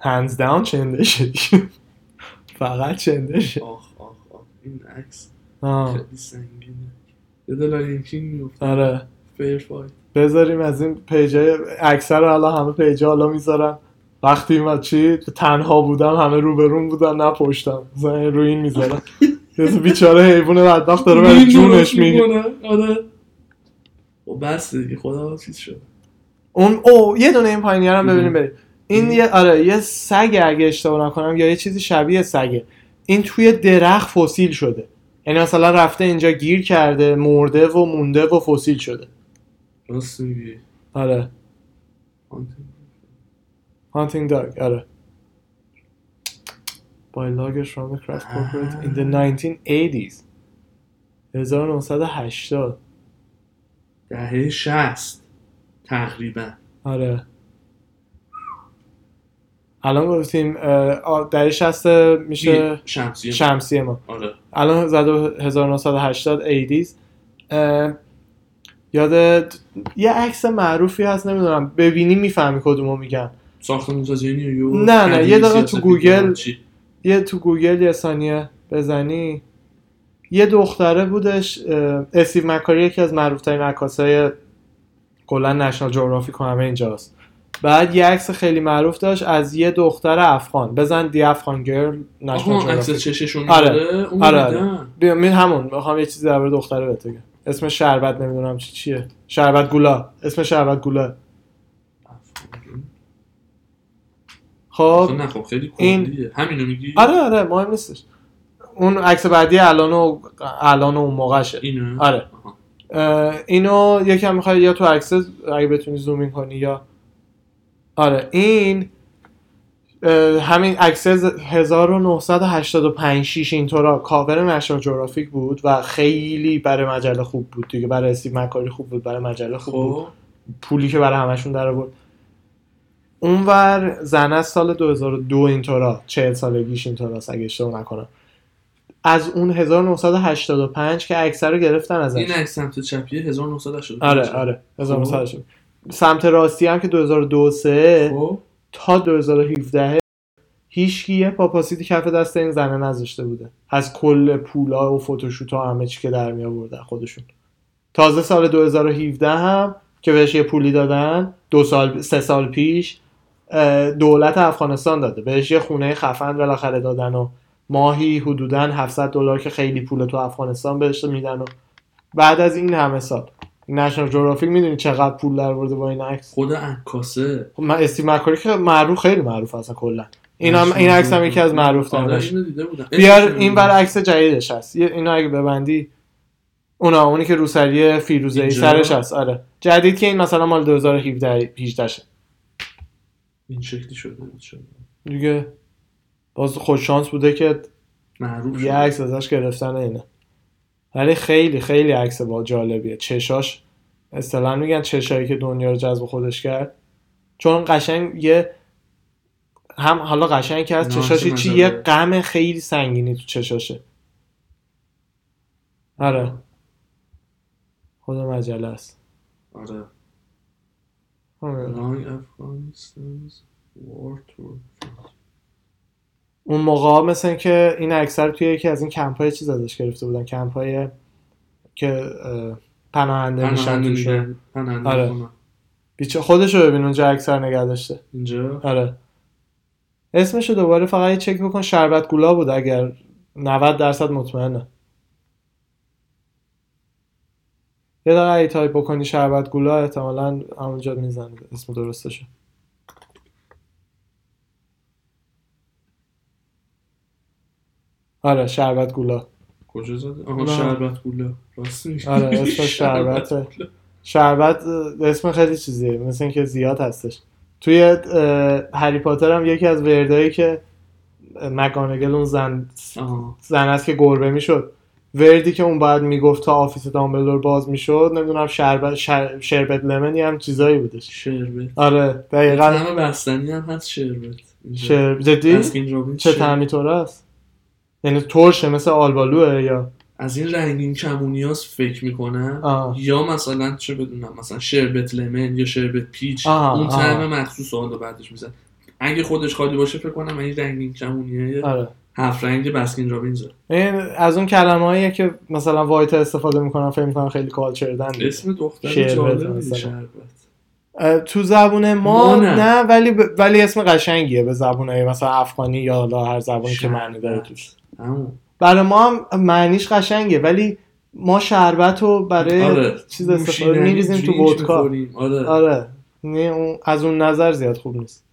B: هنز داون چنده شدی <laughs> فقط چنده شد
A: آخ آخ آخ این عکس
B: آه،
A: خیلی سنگینه یه دل آین کینگ میفته
B: آره
A: فیر فایت
B: بذاریم از این پیجای اکثر حالا همه پیجا حالا میذارن وقتی من چی تنها بودم همه روبرون بودن نه پشتم مثلا این رو این میذارن یه بیچاره حیوان بدبخت داره برای جونش میگه
A: می‌کنن. آره و بس دیگه خدا چیز شد
B: اون او یه دونه این پایینیار هم ببینیم
A: مم.
B: بریم این یه آره یه سگ اگه اشتباه نکنم یا یه چیزی شبیه سگه این توی درخت فسیل شده یعنی مثلا رفته اینجا گیر کرده مرده و مونده و فسیل شده
A: راست میگی
B: آره
A: آنتن.
B: Hunting Dog آره By loggers from the craft corporate in the 1980s 1980
A: دهه شست تقریبا
B: آره الان گفتیم اه، آ، دهه 60 میشه
A: شمسی
B: شمسی ما
A: آره
B: الان زده 1980 80s اه، یاد یه عکس معروفی هست نمیدونم ببینی میفهمی کدومو میگن
A: ساختمون سازی نیویورک
B: نه، نه،
A: قدیم
B: یه دقیقه تو
A: سیاست
B: گوگل-
A: بیدار. چی؟
B: یه تو گوگل یه ثانیه بزنی یه دختره بودش اه، استیو مکاری یکی از معروفترین عکاسای کلا نشنال جغرافیک و همه اینجاست بعد یه عکس خیلی معروف داشت از یه دختر افغان بزن دی افغان گرل نشنال
A: آها عکس
B: جغرافیک
A: چششون
B: آره.
A: آره اون
B: آره،
A: آره.
B: آره. بیا می همون میخوام یه چیزی درباره دختره بهت بگم اسم شربت نمیدونم چی چیه شربت گولا اسم شربت گولا خب
A: نه خب خیلی
B: این-
A: کلیه همینو میگی
B: آره آره مهم نیستش اون عکس بعدی الان و الان و اون موقعشه
A: اینو
B: آره
A: آها.
B: اه، اینو یکم میخوای یا تو عکس اگه بتونی زوم این کنی یا آره این اه، همین عکس 1985 6 اینطورا کاور نشر جغرافیک بود و خیلی برای مجله خوب بود دیگه برای استیو مکاری خوب بود برای مجله خوب بود
A: خب
B: پولی که برای همشون در آورد اونور زن از سال 2002 اینطورا 40 سالگیش اینطورا است، اگه اشتباه نکنم از اون 1985 که اکثر رو گرفتن ازش
A: این عکس سمت چپیه 1980
B: آره آره 1900
A: خب.
B: شد. سمت راستی هم که 2002 سه
A: خب
B: تا 2017 هیچکی یه پاپاسیتی کف دست این زنه نذاشته بوده از کل پولا و فوتوشوت ها همه چی که در می آوردن خودشون تازه سال 2017 هم که بهش یه پولی دادن دو سال سه سال پیش اه، دولت افغانستان داده بهش یه خونه خفن بالاخره دادن و ماهی حدودا 700 دلار که خیلی پول تو افغانستان بهش میدن و بعد از این همه سال نشنال جغرافیک میدونی چقدر پول در با این عکس
A: خود عکاسه
B: خب من استیو مکاری که معروف خیلی معروف هستن کلا این هم
A: نشون
B: این عکس هم
A: دادن.
B: یکی از معروف
A: آره
B: ترینش
A: اینو دیده بودم
B: بیار
A: اسمشون
B: این بر عکس جدیدش هست یه- اینو اگه ببندی اونا اونی که روسری فیروزه ای
A: اینجا؟
B: سرش هست آره جدید که این مثلا مال 2017 18 شه.
A: این شکلی شده بود شده
B: دیگه باز خوش شانس بوده که
A: معروف
B: یه
A: شده
B: عکس ازش گرفتن اینه ولی خیلی خیلی عکس با جالبیه چشاش اصطلاحا میگن چشایی که دنیا رو جذب خودش کرد چون قشنگ یه هم حالا قشنگ که از
A: نازم
B: چشاش چی
A: عجبه.
B: یه غم خیلی سنگینی تو چشاشه آره خود مجله است
A: آره
B: آره.
A: Nine Afghanistan's war tour.
B: اون موقع ها مثل اینکه این اکثر توی یکی از این کمپ های چیز ازش گرفته بودن کمپ های که اه، پناهنده میشن
A: پناهنده
B: توشون
A: میگن پناهنده
B: آره.
A: کنن.
B: بیچه خودشو ببین اونجا اکثر نگه داشته
A: اینجا
B: آره اسمشو دوباره فقط یه چک بکن شربت گولا بود اگر 90 درصد مطمئنه یه دقیقه اگه تایپ بکنی شربت گولا احتمالا همونجا میزنه اسم درستشو آره شربت گولا
A: کجا زده
B: نه.
A: آها شربت گوله راست میگی
B: آره، اسمش
A: <laughs> شربت
B: شربته.
A: گوله.
B: شربت اه، اسم خیلی چیزیه مثل اینکه زیاد هستش توی اه، هری پاتر هم یکی از وردایی که اه، مکانگل اون زن
A: آها
B: زن است که گربه میشد وردی که اون باید میگفت تا آفیس دامبلدور باز میشد نمیدونم شربت شر- شربت لمنی هم چیزایی بودش
A: شربت
B: آره دقیقا
A: طعم بستنی هم هست شربت اینجا.
B: شر... جدی
A: از این رابین
B: چه
A: شربت.
B: طعمی طور است یعنی ترشه مثل آلبالوه یا
A: از این رنگین کمونیاس فکر میکنم
B: آه.
A: یا مثلا چه بدونم مثلا شربت لمن یا شربت پیچ
B: آها،
A: اون
B: آها.
A: طعم مخصوص حالا بعدش میزن اگه خودش خالی باشه فکر کنم این رنگین کمونیه
B: آره
A: هفت رنگ بسکین رابینز
B: این از اون کلمه که مثلا وایت استفاده میکنن فکر میکنن خیلی کالچردن دیگه.
A: اسم دختر
B: شربت
A: جالبه
B: خب. مثلا.
A: شربت
B: اه، تو زبون ما
A: ما
B: نه.
A: نه.
B: ولی ب- ولی اسم قشنگیه به زبونای مثلا افغانی یا حالا هر زبونی که معنی داره توش
A: همون
B: برای ما هم معنیش قشنگه ولی ما شربت رو برای
A: آره.
B: چیز استفاده
A: نوشیدنی،
B: میریزیم تو
A: درینک
B: ودکا
A: می‌خوریم. آره.
B: آره نه اون از اون نظر زیاد خوب نیست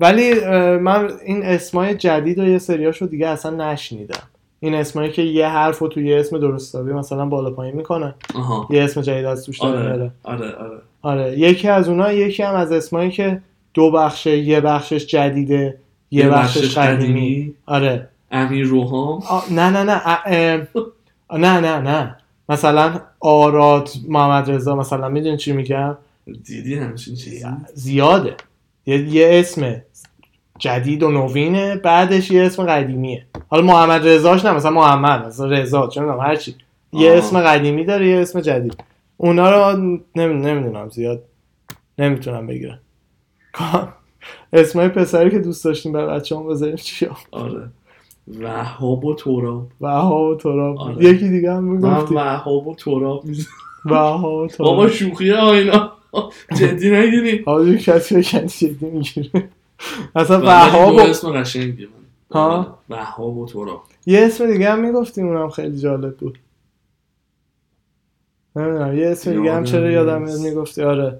B: ولی اه، من این اسمای جدید و یه سریاشو دیگه اصلا نشنیدم این اسمایی که یه حرف رو توی یه اسم درست حسابی مثلا بالا پایین میکنن
A: آها
B: یه اسم جدید از توش در میاره.
A: آره آره آره
B: آره یکی از اونا یکی هم از اسمایی که دو بخشه یه بخشش جدیده یه, بخشش, قدیمی. آره
A: امیر روحام
B: آ، نه نه نه ا- اه، نه نه نه مثلا آراد محمد رضا مثلا میدونی چی میگم
A: دیدی همچین چیزی
B: زیاده یه, یه اسم جدید و نوینه بعدش یه اسم قدیمیه حالا محمد رضاش نه مثلا محمد مثلا رضا چه میدونم هرچی یه
A: آه.
B: اسم قدیمی داره یه اسم جدید اونا رو نمیدونم زیاد نمیتونم بگیرم اسمای پسری که دوست داشتیم برای بچه هم بذاریم چیا
A: آره وهاب و تراب
B: وها و تراب
A: آره.
B: یکی دیگه هم
A: من
B: میگفتیم
A: وهاب و تراب می‌زنم.
B: وها و تراب
A: بابا شوخی
B: <laughs>
A: آینا جدی نگیری
B: حالا کسی به کسی جدی میگیره اصلا
A: ولی
B: وهاب
A: دو
B: و-
A: اسم قشنگی من آره.
B: ها؟
A: وهاب و تراب
B: یه اسم دیگه هم میگفتیم اونم خیلی جالب بود نمیدونم یه اسم دیگه هم
A: یادم
B: چرا یادم میاد
A: نیست.
B: میگفتی آره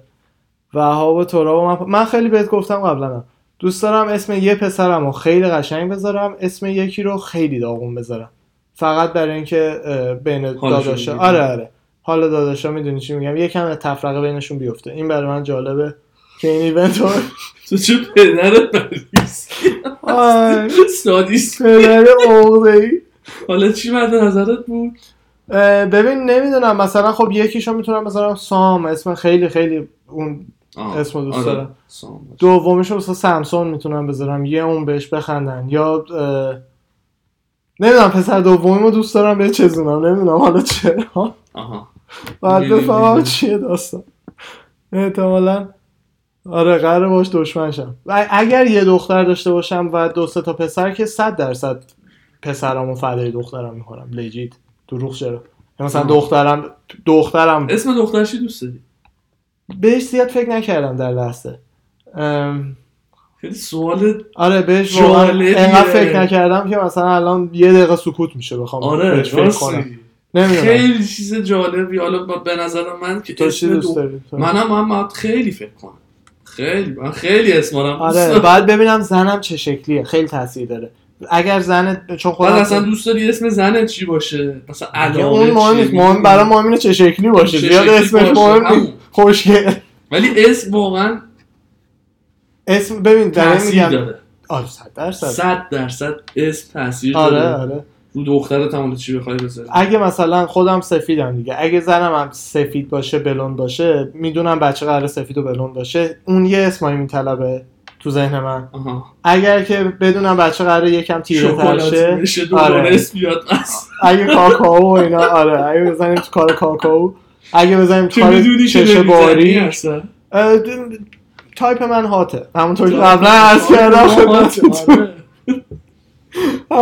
B: وهاب و تراب و من... من خیلی بهت گفتم قبلا هم. دوست دارم اسم یه پسرم رو خیلی قشنگ بذارم اسم یکی رو خیلی داغون بذارم فقط برای اینکه اه، بین
A: حالشون
B: داداشا
A: بگیری.
B: آره آره حالا داداشا میدونی چی میگم یکم تفرقه بینشون بیفته این برای من جالبه که این ایونت رو
A: تو چه پدر مریض
B: <laughs> آی،
A: سادیست
B: پدر عقده‌ای.
A: حالا چی مد نظرت بود
B: اه، ببین نمیدونم مثلا خب یکیشو میتونم مثلا سام اسم خیلی خیلی اون
A: آه،
B: اسم رو دوست
A: آره.
B: دارم.
A: سام باشه.
B: دومیشو مثلا سامسون میتونم بذارم یه اون بهش بخندن یا اه، نمیدونم پسر دومیمو دوست دارم به چزونم نمیدونم حالا چرا
A: آها
B: باید
A: می‌دونی،
B: بفهمم
A: می‌دونی.
B: چیه داستان احتمالا آره قراره باش دشمن شم و اگر یه دختر داشته باشم و دو سه تا پسر که صد درصد پسرامو فدای دخترم میکنم لجیت دروغ چرا مثلا
A: آه.
B: دخترم دخترم
A: اسم دختر چی دوست داری
B: بهش زیاد فکر نکردم در لحظه ام،
A: خیلی سوال
B: آره بهش واقعا
A: جالبیه.
B: انقدر فکر نکردم که مثلا الان یه دقیقه سکوت میشه بخوام
A: آره
B: بهش فکر کنم
A: راستی.
B: نمیدونم
A: خیلی چیز جالبی حالا با- به نظر من که
B: تو چی
A: اسم
B: دوست
A: دو-
B: داری تو؟
A: منم هم باید خیلی فکر کنم خیلی من خیلی اسمارم <laughs>
B: آره بعد ببینم زنم چه شکلیه خیلی تاثیر داره اگر زنت چون
A: بعد
B: خودم
A: اصلا دوست داری اسم زنت چی باشه مثلا علاقه
B: اون مهم نیست
A: چی؟
B: مهم برای مهم اینه چه شکلی باشه
A: چه
B: زیاد
A: شکلی
B: اسمش
A: باشه،
B: مهم نیست
A: همون.
B: خوشگل
A: ولی اسم واقعا
B: اسم ببین دارم
A: تاثیر
B: میگم
A: داره
B: آره صد درصد
A: صد درصد اسم تاثیر
B: آره
A: داره
B: آره
A: رو دخترت هم حالا چی بخوای بذاری
B: اگه مثلا خودم سفیدم دیگه اگه زنم هم سفید باشه بلوند باشه میدونم بچه قرار سفید و بلوند باشه اون یه اسمایی میطلبه تو ذهن من
A: آها
B: اگر که بدونم بچه قرار یکم تیره تر
A: شکلات
B: شه
A: میشه دو
B: آره.
A: اسم بیاد از-
B: اگه کاکائو و اینا آره اگه بزنیم تو کار کاکائو اگه بزنیم تو
A: که
B: کار
A: میدونی که
B: چش
A: نمیزنی
B: باری خب،
A: اصلا
B: اه، د- تایپ من هاته همونطور که قبلا عرض کردم خدمتتون.
A: آره.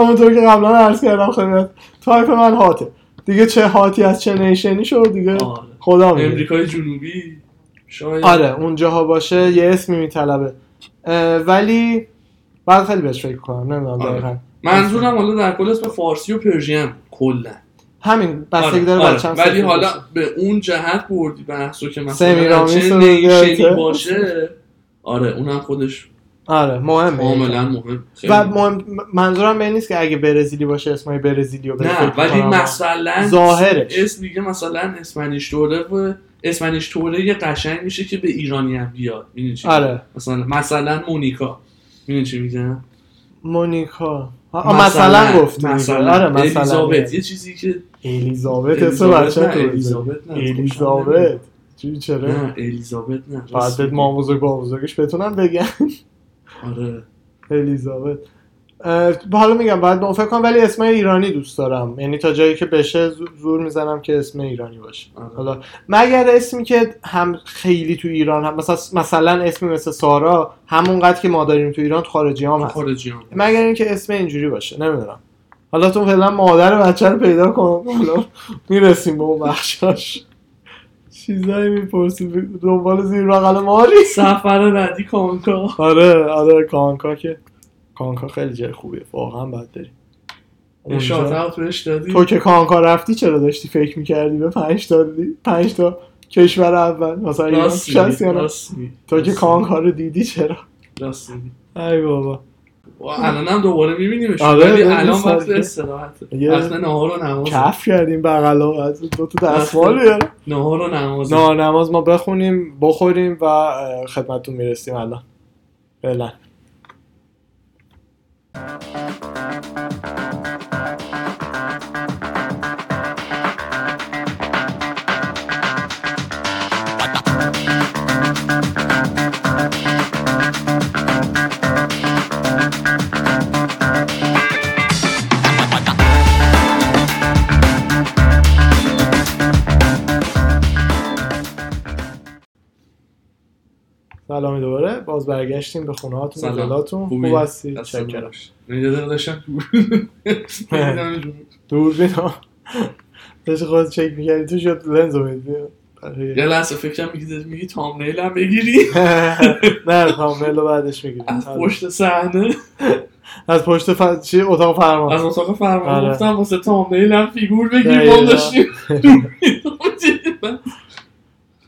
B: همونطور که قبلا عرض کردم خدمت تایپ من هاته دیگه چه هاتی از چه نیشنی شد دیگه
A: آره.
B: خدا میدونه.
A: امریکای جنوبی شاید
B: آره اونجاها باشه یه اسمی میطلبه اه، ولی بعد خیلی بهش فکر کنم نمیدونم
A: آره.
B: دقیقا
A: منظورم حالا در کل اسم فارسی و پرژیم بود کلا
B: همین بستگی
A: آره،
B: داره
A: آره.
B: بچه‌م
A: ولی
B: سفید
A: حالا
B: باشه.
A: به اون جهت بردی بحثو که مثلا
B: سمیرامین
A: چه
B: رو دیگه
A: نیشنی
B: که-
A: باشه آره اونم خودش
B: آره مهمه
A: کاملا مهم خیلی
B: و مهم منظورم به این نیست که اگه برزیلی باشه اسمای برزیلی رو بهش
A: نه
B: فکر
A: ولی
B: کنم.
A: مثلا
B: ظاهرش.
A: اسم دیگه مثلا اسمنیش توره و اسمنیش توره یه قشنگ میشه که به ایرانی هم بیاد می‌دونی چی
B: آره.
A: می‌گم؟ مثلا مثلا مونیکا میدونی چی میگم
B: مونیکا آه، آه، مثلا گفتی
A: مثلا
B: آره مثلا
A: الیزابت یه چیزی که
B: الیزابت اسم
A: الیزابت
B: بچه
A: نه
B: تو
A: الیزابت نه
B: الیزابت چی چرا
A: نه الیزابت نه
B: آره. بعد بهت مام بزرگ بابا بزرگش بتونم بگم <laughs>
A: آره
B: الیزابت اه، حالا میگم بعد اون فکر کنم ولی اسم ایرانی دوست دارم یعنی تا جایی که بشه زو- زور میزنم که اسم ایرانی باشه
A: آره.
B: حالا مگر اسمی که هم خیلی تو ایران هم مثلا مثلا اسمی مثل سارا همونقدر که ما داریم تو ایران تو خارجی هم هست
A: خارجیان
B: مگر اینکه اسم اینجوری باشه نمیدونم حالا تو فعلا مادر بچه رو پیدا کن حالا میرسیم به اون بخشاش چیزایی میپرسی دنبال زیر بغل ماری
A: سفر بعدی کانکا
B: آره آره کانکا که کانکا خیلی جای خوبیه واقعا باید بریم
A: این شات
B: اونجا
A: اوت بهش دادی
B: تو که کانکا رفتی چرا داشتی فکر میکردی به پنج تا دی- پنج تا کشور اول مثلا ایران
A: راست میگی،
B: شست یا نه
A: راست میگی،
B: تو
A: راست
B: که
A: میگی،
B: کانکا رو دیدی چرا
A: راست میگی.
B: ای بابا
A: و الان هم دوباره میبینیمش
B: آره،
A: ولی
B: ببین
A: الان
B: سال
A: وقت
B: دیگه.
A: استراحته
B: یه-
A: وقت نهار و نماز
B: کف کردیم بغلا از دو تا دستمال
A: آره.
B: بیارم
A: نهار و نماز
B: نه نماز ما بخونیم بخوریم و اه، خدمتتون میرسیم الان فعلا سلام دوباره باز برگشتیم به خونه هاتون
A: سلام.
B: دلاتون
A: خوبی؟
B: خوب هستید
A: دست
B: چکرم
A: باش. یه دقیقه
B: <laughs>
A: داشتم
B: دور بینا داشت خود چک میکردی تو شد لنز رو میدید
A: یه لحظه فکرم میگی میگی تامنیل هم بگیری
B: <laughs> نه تامل رو بعدش میگیریم
A: <laughs> از پشت صحنه
B: از پشت ف... چی اتاق فرمان
A: از اتاق فرمان
B: آره.
A: گفتم واسه تامنیل هم فیگور بگیر
B: دقیقاً.
A: ما
B: <laughs>
A: داشتیم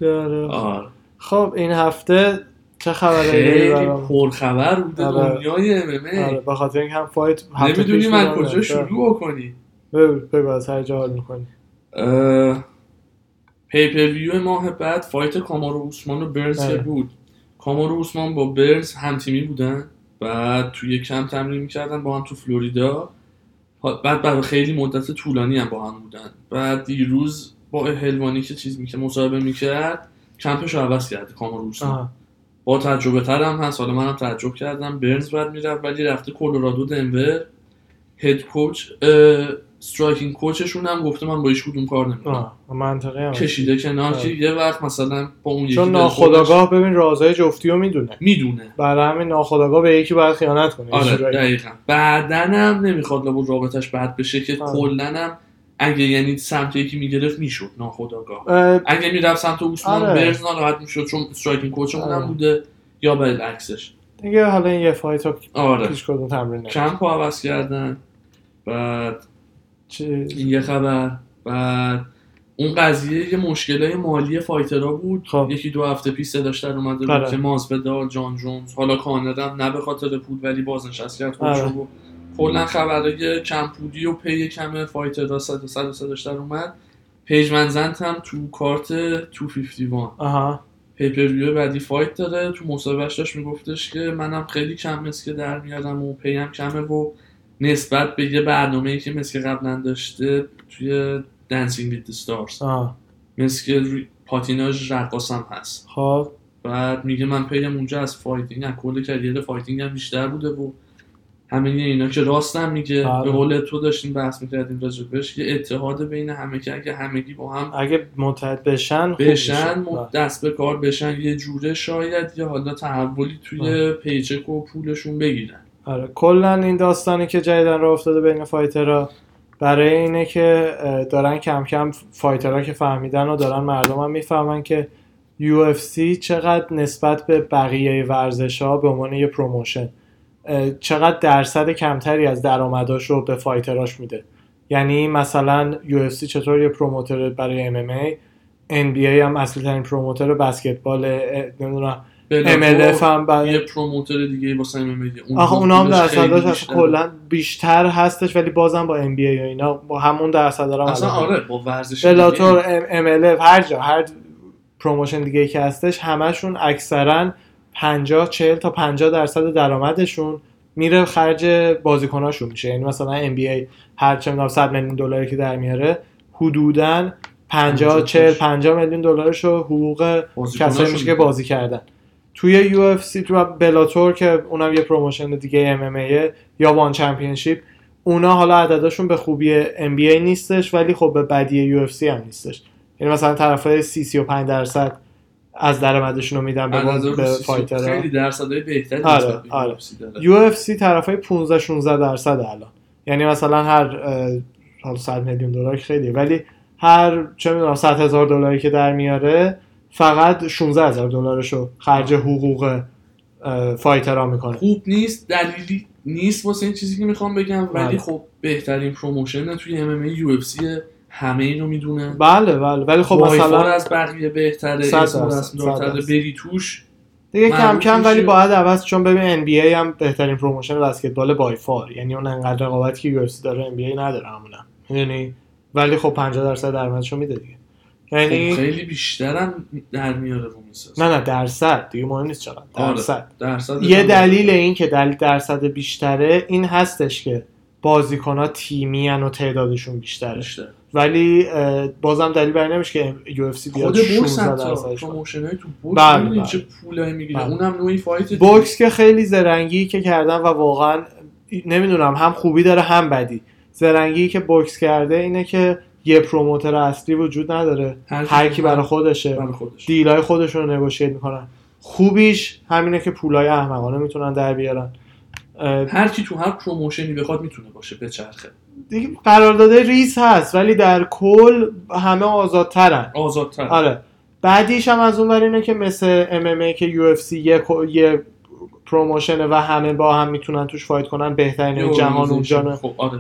B: آره.
A: آره.
B: خب این هفته چه خبره داری
A: خیلی
B: برام؟
A: پرخبر بوده
B: آره.
A: دنیای
B: آره،
A: MMA
B: به خاطر اینکه هم فایت هفته
A: نمیدونی
B: پیش
A: من
B: بودم،
A: کجا
B: نه.
A: شروع کنی
B: بگو بگو، از هر جا حال میکنی
A: پیپر ویو ماه بعد فایت کامارو اوسمان و برنز که
B: بله.
A: بود کامارو اوسمان با برنز هم تیمی بودن بعد توی کمپ تمرین میکردن با هم تو فلوریدا حا- بعد برای خیلی مدت طولانی هم با هم بودن بعد دیروز با هلوانی که چیز میکرد مصاحبه میکرد کمپش رو عوض کرده کامارو اوسمان
B: آها.
A: با تجربه ترم هست حالا منم تعجب کردم برنز بعد میرفت ولی رفته کلرادو دنور هد کوچ اه، سترایکینگ کوچشون هم گفته من با هیچ کدوم کار نمیکنم
B: آه. منطقی هم هست.
A: کشیده کنار
B: آره.
A: که یه وقت مثلا با اون یکی
B: چون ناخداگاه ببین رازهای جفتی رو میدونه
A: میدونه
B: برای همین ناخداگاه به یکی باید خیانت کنه یه
A: آره
B: جورایی.
A: دقیقا بعدن هم نمیخواد لابد رابطش بد بشه که
B: آره.
A: کلن هم اگه یعنی سمت یکی میگرفت میشد ناخداگاه
B: اه،
A: اگه میرفت سمت اوسمان
B: آره.
A: برز ناراحت میشد چون استرایکینگ کوچمون
B: آره.
A: هم بوده یا بالعکسش
B: دیگه حالا این یه فایت رو
A: آره
B: پیش کدوم تمرین نکن
A: کمپ رو عوض کردن بعد
B: چی
A: این یه خبر بعد اون قضیه یه مشکلای مالی فایترها بود
B: خب.
A: یکی دو هفته پیش صداش در اومده بود
B: آره.
A: که مازودار جان جونز حالا کانرم نه به خاطر پول ولی بازنشست کرد
B: آره.
A: خودشو و کلا خبرای کم پولی و پی کم فایترها صد صد صداش در اومد پیج منزنت هم تو کارت 251
B: آها
A: پیپرویو بعدی فایت داره تو مصاحبهش داشت میگفتش که منم خیلی کم مسکه در میارم و پیم کمه و نسبت به یه برنامه ای که مسکه قبلا داشته توی دنسینگ وید ستارز
B: آها
A: مسکه ری- پاتیناژ رقاسم هست
B: خب
A: بعد میگه من پیم اونجا از فایتینگ از کل کریر فایتینگ هم بیشتر بوده و همه اینا که راستم میگه
B: بله.
A: به قول تو داشتیم بحث میکردیم راجبش یه اتحاد بین همه که اگه همگی با هم
B: اگه متحد بشن خوب
A: بشن
B: میشه.
A: مد- دست به کار بشن یه جوره شاید یا حالا تحولی توی
B: بله.
A: پیچک و پولشون بگیرن
B: آره کلا این داستانی که جدیدن راه افتاده بین فایترها برای اینه که اه، دارن کم کم فایترها که فهمیدن و دارن مردم هم میفهمن که UFC چقدر نسبت به بقیه ورزش ها به عنوان یه پروموشن اه، چقدر درصد کمتری از درآمداش رو به فایتراش میده یعنی مثلا UFC چطور یه پروموتر برای MMA NBA هم اصلی ترین پروموتر بسکتبال نمیدونم
A: بلاتور
B: MLF هم برای
A: یه پروموتر دیگه واسه ام ام اون
B: آخه اونا هم
A: پولش خیلی
B: درصداش
A: بیشتره.
B: اصلا کلا بیشتر هستش ولی بازم با ام بی ای و اینا با همون درصد دارم
A: اصلا آره با ورزش
B: بلاتور ام ال هر جا هر پروموشن دیگه که هستش همشون اکثرا 50 40 تا 50 درصد درآمدشون میره خرج بازیکناشون میشه یعنی مثلا ام بی ای هر چه میدونم 100 میلیون دلاری که در میاره حدوداً 50
A: 50
B: 40 50 میلیون دلارشو حقوق کسایی میشه که بازی کردن توی یو اف سی تو بلاتور که اونم یه پروموشن دیگه ام ام یا وان چمپیونشیپ اونا حالا عدداشون به خوبی ام بی ای نیستش ولی خب به بدی یو اف سی هم نیستش یعنی مثلا طرفای 30 35 درصد از درآمدشون رو میدن به, به فایترها
A: خیلی درصدهای بهتری
B: آره،
A: نسبت به
B: آره.
A: UFC داره.
B: یو اف سی طرفای 15 16 درصد الان یعنی مثلا هر اه، حالا 100 میلیون دلار که خیلیه ولی هر چه میدونم 100 هزار دلاری که در میاره فقط 16 هزار دلارشو خرج حقوق اه، فایترها میکنه
A: خوب نیست دلیلی نیست واسه این چیزی که میخوام بگم ولی
B: بله.
A: خب بهترین پروموشن توی ام ام یو اف سی همه اینو میدونن
B: بله بله ولی خب
A: مثلا
B: مثلا
A: از بقیه بهتره
B: صد
A: اسم
B: درصد،
A: رسم
B: صد
A: دارتره
B: درصد.
A: بری توش
B: دیگه کم
A: معروف
B: کم
A: میشه.
B: ولی باید عوض چون ببین NBA هم بهترین پروموشن بسکتبال بای فار یعنی اون انقدر رقابتی که UFC داره NBA نداره همونم میدونی ولی خب 50 درصد درآمدشو میده دیگه
A: خب
B: یعنی
A: خیلی بیشترم در میاره و میسازه
B: نه نه درصد دیگه مهم نیست چقدر
A: آره.
B: درصد
A: درصد
B: یه
A: هم-
B: دلیل این که دلیل درصد بیشتره این هستش که بازیکن ها تیمی و تعدادشون بیشتره
A: بیشتر
B: ولی اه، بازم دلیل بر این نمیشه که UFC بیاد
A: خود
B: 16
A: بوکس هم خب، تا
B: درصدش کنه.
A: پروموشن های تو بوکس
B: بله،
A: می‌دونی
B: بله.
A: چه پولایی میگیره
B: بله.
A: اونم نوعی فایت
B: بوکس که خیلی زرنگی که کردن و واقعا نمیدونم هم خوبی داره هم بدی زرنگی که بوکس کرده اینه که یه پروموتر اصلی وجود نداره
A: هر کی
B: هر کی برای
A: دیگه.
B: خودشه
A: برای خودش
B: دیلای خودشون رو نگوشیت میکنن خوبیش همینه که پولای احمقانه میتونن در بیارن اه،
A: هر کی تو هر پروموشنی بخواد میتونه باشه به چرخه
B: دیگه قرارداد ریس هست ولی در کل همه آزادترن
A: آزادتر
B: آره بعدیش هم از اون ور اینه که مثل MMA که UFC یه, کو- یه پروموشنه و همه با هم میتونن توش فایت کنن
A: یه
B: بهترین یعنی جهان اونجا
A: organization.
B: نه.
A: خب آره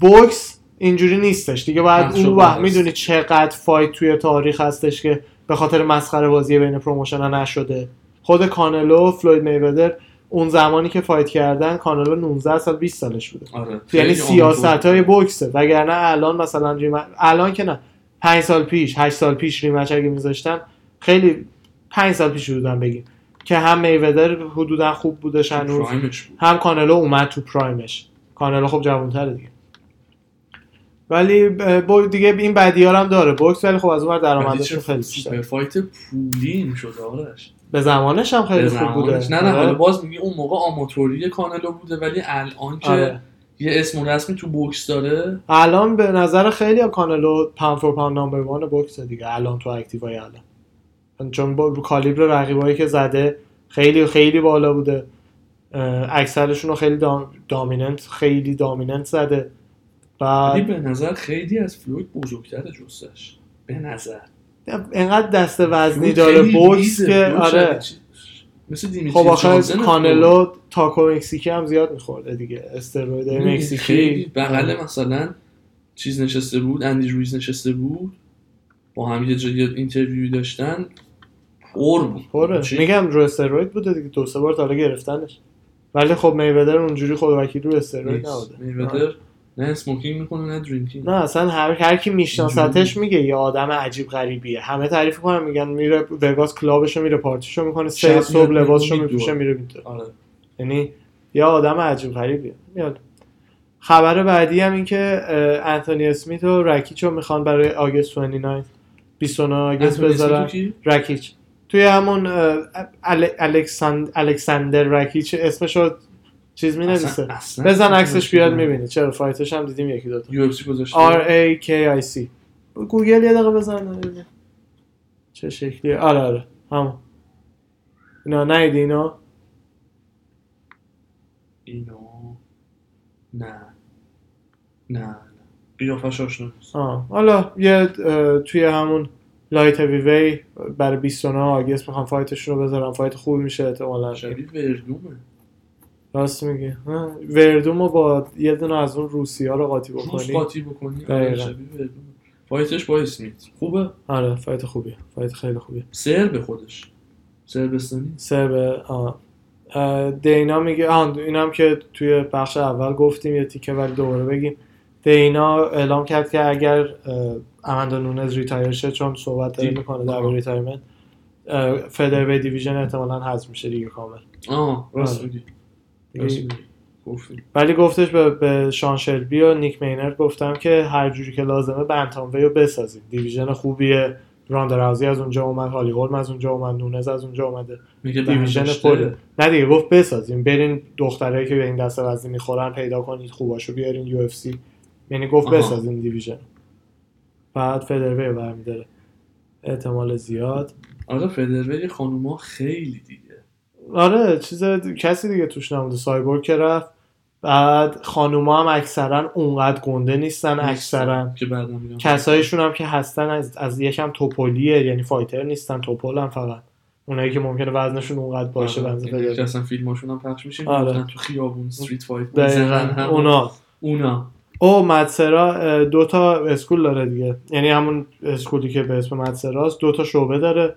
B: بوکس اینجوری نیستش دیگه باید
A: نقش
B: اون
A: و
B: وقت
A: هست.
B: میدونی چقدر فایت توی تاریخ هستش که به خاطر مسخره بازی بین پروموشن ها نشده خود کانلو فلوید میودر اون زمانی که فایت کردن کانلو 19 سال 20 سالش بوده
A: آره
B: یعنی
A: خیلی
B: سیاست های
A: آماتور.
B: بوکسه وگرنه الان مثلا ریمچ الان که نه پنج سال پیش هشت سال پیش ریمچ اگه میذاشتن خیلی پنج سال پیش بودن بگیم که هم میودر حدودا خوب بودش هنوز
A: پرایمش بود
B: هم کانلو اومد تو پرایمش کانلو خب جوانتره دیگه ولی ب- با دیگه این بدیار هم داره بوکس ولی خب از اون ور
A: ولی
B: درآمدش
A: چه
B: خیلی
A: سوپر
B: بیشتره
A: فایت پولی این شده آرش
B: به زمانش هم
A: به
B: خیلی خوب بوده
A: زمانش. نه نه حالا
B: آره.
A: باز میگی اون موقع آماتوری کانلو بوده ولی الان که
B: آره.
A: یه اسم و رسمی تو بوکس داره
B: الان به نظر خیلی هم کانلو پاند فور پاند نامبر وان بوکس دیگه الان تو اکتیوای الان چون با رو کالیبر رقیبایی که زده خیلی خیلی بالا بوده اه، اکثرشون رو خیلی دام- دامیننت خیلی دامیننت زده
A: ولی
B: بعد
A: به نظر خیلی از فلوید بزرگتر جستش به نظر
B: انقدر دست وزنی
A: فلوید
B: داره
A: خیلی
B: بوکس
A: ریزه.
B: که
A: فلوید
B: آره
A: شبیه چی- مثل دیمیتری
B: خب آخه
A: جانسن
B: کانلو تاکو مکزیکی هم زیاد میخورده دیگه استروید
A: خب. خیلی
B: مکزیکی آره.
A: بغل مثلا چیز نشسته بود اندی رویز نشسته بود با هم یه جایی اینترویو داشتن پر بود
B: آره.
A: چی؟
B: میگم رو استروید بوده دیگه دو سه بار تا حالا گرفتنش ولی خب میودر اونجوری خود وکیل رو استروید
A: نیست.
B: نبوده
A: میویدر نه اسموکینگ میکنه نه درینکینگ
B: آره. نه اصلا هر هر کی میشناستش
A: اینجوری.
B: میگه یه آدم عجیب غریبیه همه تعریف کنن میگن میره وگاس کلابشو میره پارتیشو میکنه
A: شب
B: سه
A: میاد
B: صبح
A: میره
B: لباسشو
A: میدوه.
B: میپوشه میره میدوه
A: آره
B: یعنی یه آدم عجیب غریبیه میاد خبر بعدی هم این که اه، انتونی اسمیت و رکیچو میخوان برای آگست 29 29 آگست
A: انتونی اسمیتو
B: بذارن
A: کی؟
B: رکیچ توی همون اه، ال- الکساند- الکساندر رکیچ اسمشو چیز می
A: اصلا-
B: نویسه
A: اصلا
B: بزن عکسش بیاد آره. میبینی چرا فایتش هم دیدیم یکی دوتا
A: یو اف سی گذاشته
B: R A K I C گوگل یه دقیقه بزن ببینیم. چه شکلیه آره آره همون اینا نیدی اینا
A: اینو نه نه قیافش آشنا نیست
B: آه. حالا یه اه، توی همون لایت هیوی وی برای 29 آگست میخوام فایتشون رو بذارم فایت خوبی میشه احتمالاً
A: شبیه وردومه
B: راست میگی ها، وردوم رو با یه دونه از اون روسی ها رو قاطی
A: روز
B: بکنی
A: قاطی بکنی آره
B: دقیقاً.
A: شبیه وردومه فایتش با اسمیت خوبه
B: آره فایت خوبیه فایت خیلی خوبیه
A: سر به خودش سربستانی
B: سه به آه. اه، دینا میگه آه، اینم که توی بخش اول گفتیم یه تیکه ولی دوباره بگیم دینا اعلام کرد که اگر اه، اماندا نونز ریتایر شه چون صحبت داره
A: دی-
B: میکنه در مورد ریتایرمنت اه، فدروی دیویژن احتمالاً حذف میشه دیگه کامل
A: آه راست
B: آره.
A: میگی
B: دیگه-
A: راست میگی گفتی
B: ولی گفتش به, به شان شلبی و نیک مینر گفتم که هر جوری که لازمه بنتام وی رو بسازید دیویژن خوبیه راندا راوزی از اونجا اومد هالی هولم از اونجا اومد نونز از اونجا اومده
A: میگه
B: دیویژن
A: برداشته.
B: پره نه دیگه گفت بسازیم برین دخترایی که به این دسته وزنی میخورن پیدا کنید خوباشو بیارین یو اف سی یعنی گفت
A: آها.
B: بسازیم دیویژن بعد فدروی رو برمیداره احتمال زیاد
A: آره فدروی خانوما خیلی دیگه
B: آره چیز کسی دیگه توش نبوده سایبورگ که رفت بعد خانوما هم اکثرا اونقدر گنده نیستن اکثرا
A: که بعدا میگم
B: کسایشون هم که هستن از, از یکم توپولیه یعنی فایتر نیستن توپولن فقط اونایی که ممکنه وزنشون اونقدر باشه
A: آره.
B: بنز
A: اینه
B: فدرر
A: که اصلا فیلماشون هم پخش میشه
B: آره.
A: آره. تو خیابون استریت فایت می‌زنن
B: دقیقاً
A: هم.
B: اونا
A: اونا
B: او مدسرا اه، دو تا اسکول داره دیگه یعنی همون اسکولی که به اسم مدسراست دو تا شعبه داره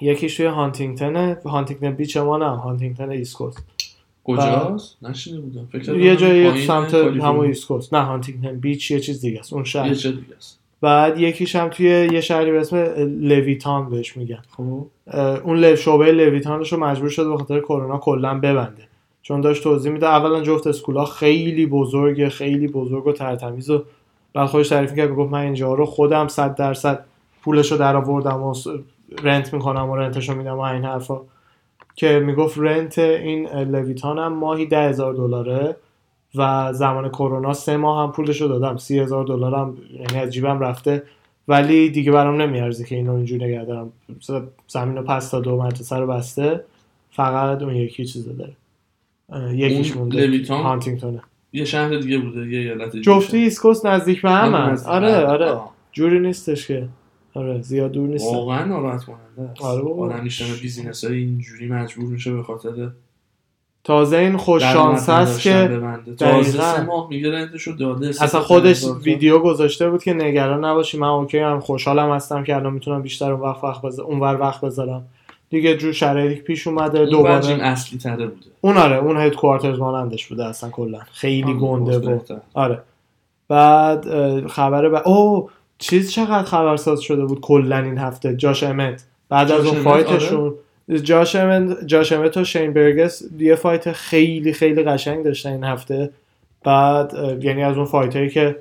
B: یکیش توی هانتینگتنه هانتینگتن بیچ ما نه هانتینگتن ایست کوست
A: کجاست نشینه بودم فکر کردم
B: بله. یه جایی
A: پایین
B: سمت
A: کالیفرنیا.
B: همون ایست کوست نه هانتینگتن بیچ یه چیز دیگه است اون
A: یه
B: شهر
A: جا دیگه است
B: بعد یکیش هم توی یه شهری به اسم لویتان بهش میگن
A: خب
B: اه، اون لو- شعبه لویتانش رو مجبور شد به خاطر کرونا کلا ببنده چون داشت توضیح میده اولا جفت اسکولا خیلی بزرگه خیلی بزرگ و ترتمیز و بعد خودش تعریف کرد گفت من اینجا رو خودم 100 درصد پولش رو در آوردم و س- رنت میکنم و رنتش رو میدم و این حرفا که میگفت رنت این لویتان هم ماهی 10000 دلاره و زمان کرونا سه ماه هم پولش رو دادم 30000 دلارم یعنی از جیبم رفته ولی دیگه برام نمیارزه که اینو اینجوری نگه دارم زمین رو پس داده و مدرسه رو بسته فقط اون یکی چیز داره اه، یکیش
A: اون
B: مونده
A: لویتان؟
B: هانتینگتونه
A: یه شهر دیگه بوده یه ایالت دیگه
B: جفتی ایسکوست نزدیک به هم
A: نه، نزدیک.
B: هست. آره آره
A: آه.
B: جوری نیستش که آره زیاد دور نیست
A: واقعا ناراحت کننده است
B: آره بابا.
A: آدم میشنه بیزینس های اینجوری مجبور میشه به خاطر
B: تازه این خوش
A: درآمد
B: شانس هست
A: نداشتن
B: که
A: ببنده تازه
B: دقیقاً.
A: سه ماه میگه رنتشو داده سه
B: اصلا
A: تا
B: خودش
A: هزار تا.
B: ویدیو گذاشته بود که نگران نباشی من اوکی هم خوشحالم هستم که الان میتونم بیشتر اون وقت وقت بذارم اونور وقت بذارم دیگه جو شرایطی که پیش اومده
A: اون دوباره
B: دوباره
A: جیم اصلی تره بوده
B: اون آره اون هد کوارترز مانندش بوده اصلا کلا خیلی
A: آه،
B: گنده بود
A: بهتر.
B: آره بعد اه، خبر ب... او چیز چقدر خبرساز شده بود کلا این هفته جاش امت بعد از
A: جاش
B: اون
A: امت، آره.
B: فایتشون جاش امت جاش امت و شین برگس یه فایت خیلی خیلی قشنگ داشتن این هفته بعد اه، یعنی از اون فایت هایی که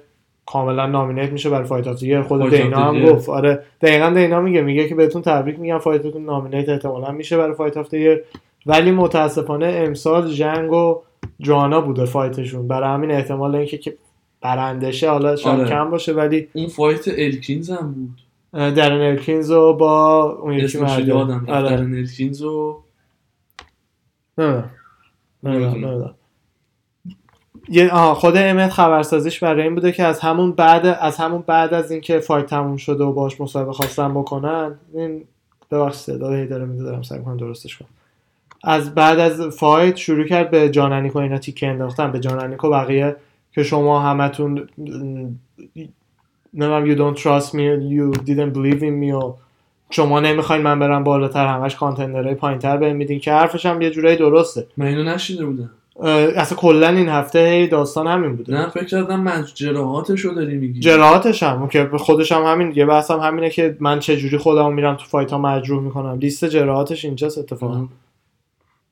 B: کاملا نامینیت میشه برای فایت آف دیگه خود
A: فایت آف
B: دینا هم
A: دیگه.
B: گفت آره دقیقا دینا میگه میگه که بهتون تبریک میگم فایتتون نامینیت احتمالا میشه برای فایت آف دیگه ولی متاسفانه امسال جنگ و جوانا بوده فایتشون برای همین احتمال اینکه که برندشه حالا شاید
A: آره.
B: کم باشه ولی
A: اون فایت الکینز هم بود
B: اه، درن الکینز رو با اون یکی
A: اسمش
B: مرده
A: یادم رفت
B: آره.
A: درن الکینز و
B: نمی‌دونم. نمی‌دونم،
A: نمی‌دونم.
B: نمی‌دونم. یه آها خود امت خبرسازیش برای این بوده که از همون بعد از همون بعد از اینکه فایت تموم شده و باهاش مصاحبه خواستن بکنن این ببخشید صدا هی داره میده دارم سعی کنم درستش کنم از بعد از فایت شروع کرد به جانانیکو اینا تیکه انداختن به جانانیکو بقیه که شما همتون نمیدونم you don't trust me you didn't believe in me و شما نمیخواین من برم بالاتر همش کانتندرهای پایینتر بهم میدین که حرفش هم یه جورایی درسته
A: من اینو نشیده بودم
B: اه، اصلا کلا این هفته هی داستان همین بوده
A: نه فکر کردم من جراحاتشو داری میگی
B: جراحاتش هم که خودش هم همین یه بحث هم همینه که من چه جوری خودم میرم تو فایت ها مجروح میکنم لیست جراحاتش اینجاست اتفاقا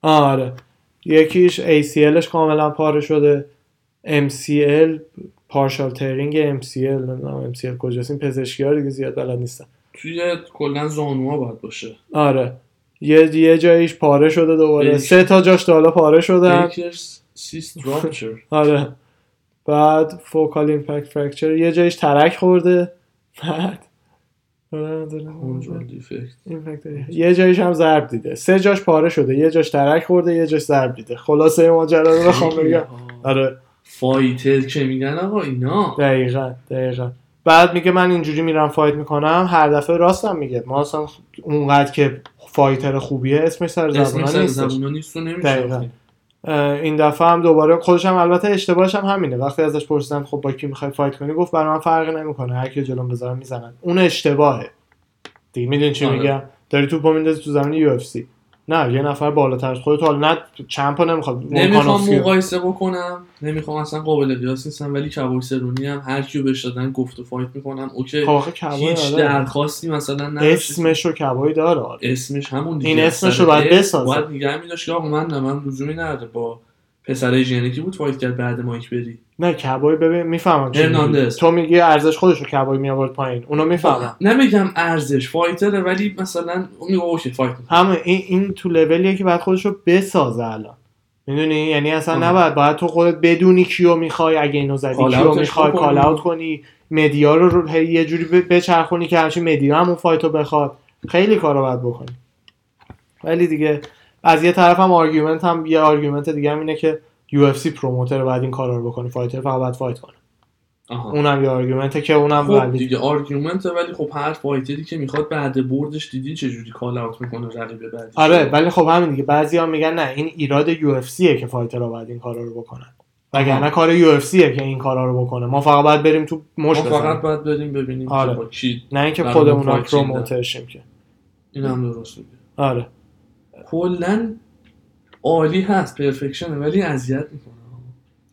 B: آره یکیش ACLش کاملا پاره شده MCL پارشال ترینگ MCL نمیدونم MCL کجاست این پزشکی ها دیگه زیاد بلد نیستن
A: توی کلا زانوها باید باشه
B: آره یه یه جاییش پاره شده دوباره
A: یکی-
B: سه تا جاش تا حالا پاره شدن
A: بیکرز سیست
B: <laughs>
A: راپچر
B: آره بعد فوکال ایمپکت فرکچر یه جایش ترک خورده بعد آره، آره،
A: کنجال
B: <laughs>
A: دیفکت
B: impact area. یه جایش هم ضرب دیده سه جاش پاره شده یه جاش ترک خورده یه جاش ضرب دیده خلاصه ماجرا رو بخوام بگم آره
A: فایتر که میگن آقا اینا
B: دقیقا دقیقا بعد میگه من اینجوری میرم فایت میکنم هر دفعه راستم میگه ما اصلا اونقدر که فایتر خوبیه اسمش سر
A: اسم
B: زبان
A: سر
B: نیست
A: زبونا نیست و
B: دقیقاً.
A: نمیشه
B: این دفعه هم دوباره خودش هم البته اشتباهش هم همینه وقتی ازش پرسیدن خب با کی میخوای فایت کنی گفت برای من فرقی نمیکنه هر کی جلوم بذارم میزنن اون اشتباهه دیگه میدونی چی
A: آره.
B: میگم داری توپو میندازی تو زمین یو اف سی نه یه نفر بالاتر از خودت حالا نه چند پا نمیخواد
A: نمیخوام
B: ولکانوفسکی.
A: مقایسه بکنم نمیخوام اصلا قابل قیاس نیستم ولی کباب سرونی هم هر کیو بهش دادن گفت و فایت میکنم اوکی
B: خب آخه کبابی
A: هیچ
B: آره.
A: درخواستی مثلا نداشت
B: اسمش رو کبابی داره آره.
A: اسمش همون دیگه
B: این
A: است.
B: اسمش رو باید
A: اسم
B: بسازه.
A: باید نگه میداشت که آقا من نه من لزومی نداره با پسر ژنتیکی بود فایت کرد بعد مایک بری
B: نه کبابی ببین میفهمم چی میگی.
A: هرناندز.
B: تو میگی ارزش خودش رو کبابی میآورد پایین اونو میفهمم
A: نمیگم ارزش فایتره ولی مثلا میگه اوکی فایت می‌کنم.
B: همه این این تو لولیه که باید خودش رو بسازه الان میدونی یعنی اصلا
A: آها.
B: نباید باید تو خودت بدونی کیو میخوای اگه اینو زدی
A: کال
B: کیو
A: اوتش
B: میخوای
A: بکنی.
B: کال اوت کنی مدیا رو, رو هی یه جوری ب- بچرخونی که همچین مدیا هم اون فایتو بخواد خیلی کارا باید بکنی ولی دیگه از یه طرف هم آرگومنت هم یه آرگومنت دیگه هم اینه که UFC پروموتر باید این کارا رو بکنه فایتر فقط باید فایت کنه
A: آها
B: اونم یه آرگومنته که اونم
A: خب
B: ولی
A: دیگه آرگومنت ولی خب هر فایتری که میخواد بعد بردش دیدی چجوری کال اوت میکنه رقیب بعدی
B: آره ولی خب همین دیگه بعضی هم میگن نه این ایراد یو اف سیه که فایترها باید این کارا رو بکنن وگرنه
A: آها.
B: کار یو اف سیه که این کارا رو بکنه ما فقط باید بریم تو
A: ما
B: مش
A: فقط
B: بزنیم
A: باید بریم ببینیم که
B: آره.
A: با کی
B: نه اینکه
A: برای
B: خودمون
A: مفاهیم چیندن.
B: پروموترشیم که
A: این هم درست میگه
B: آره
A: کلا عالی هست پرفکشنه ولی اذیت میکنه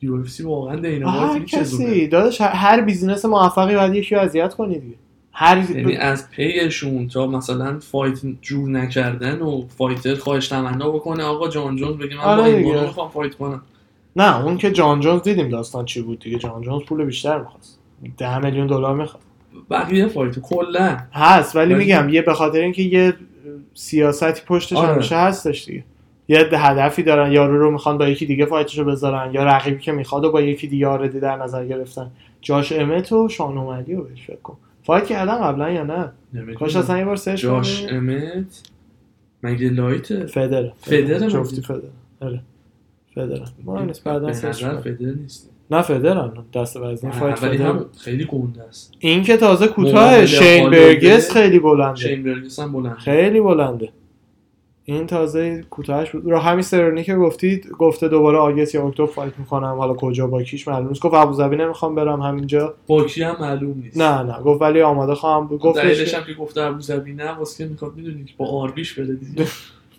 A: یو اف سی واقعا دینامایت
B: هر
A: می‌چزونه.
B: کسی داداش هر- هر بیزینس موفقی باید یکی رو اذیت کنی دیگه هر
A: یعنی از پیشون تا مثلا فایت جور نکردن و فایتر خواهش تمنا بکنه آقا جان جونز بگه من
B: آره
A: با این
B: دیگه.
A: برو میخوام فایت کنم
B: نه اون که جان جونز دیدیم داستان چی بود دیگه جان جونز پول بیشتر میخواست ده میلیون دلار میخواد
A: بقیه فایت کلا
B: هست ولی
A: ولی-
B: میگم یه به خاطر اینکه یه سیاستی پشتش
A: آره.
B: همیشه هستش دیگه یه هدفی دارن یارو رو میخوان با یکی دیگه فایتشو بذارن یا رقیبی که میخواد و با یکی دیگه آردی در نظر گرفتن جاش امت و شان اومدی رو بهش فکر کن فایت کردن قبلا یا نه کاش اصلا یه بار سرچ
A: جاش
B: کنی.
A: امت مگه لایته
B: فدر
A: فدر مگه؟
B: جفتی فدر آره فدر ما
A: به
B: این نیست، بعدا سرچ
A: نظر
B: کنیم.
A: فدر نیست
B: نه فدرن دست وزنی فایت
A: ولی
B: فدر.
A: هم خیلی گنده است
B: این که تازه کوتاه
A: مقابل
B: شین
A: هالنده.
B: برگس خیلی بلنده
A: شین برگس هم بلند
B: آره. خیلی بلنده این تازه کوتاهش بود رو همین سرنی که گفتید گفته دوباره آگست یا اکتبر فایت میکنم حالا کجا با کیش معلوم نیست گفت ابوظبی نمیخوام برم همینجا
A: با کی هم معلوم نیست
B: نه نه گفت ولی آماده خواهم بود
A: گفت
B: گفتش
A: دلیلش
B: که-
A: هم که گفته ابوظبی نه واسه که میخواد میدونی که با آربیش بره دیگه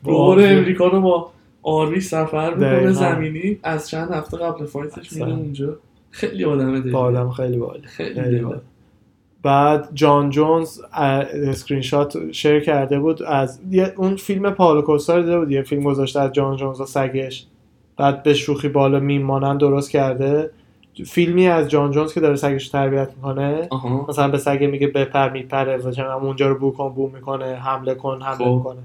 B: با
A: دوباره
B: آربی.
A: امریکا رو با آربیش سفر
B: دقیقاً.
A: میکنه زمینی از چند هفته قبل فایتش
B: اصلا.
A: میره اونجا خیلی آدم
B: با
A: دلیل
B: آدم خیلی باله
A: خیلی
B: خیلی
A: دلیل
B: باله. بعد جان جونز اه، اسکرین شات شیر کرده بود از یه- اون فیلم پاولو کوستا رو دیده بود یه فیلم گذاشته از جان جونز و سگش بعد به شوخی بالا میمانن درست کرده فیلمی از جان جونز که داره سگش رو تربیت میکنه
A: آها
B: مثلا به سگ میگه بپر میپره و چه می‌دونم اونجا رو بو کن بو میکنه حمله کن حمله
A: خب.
B: میکنه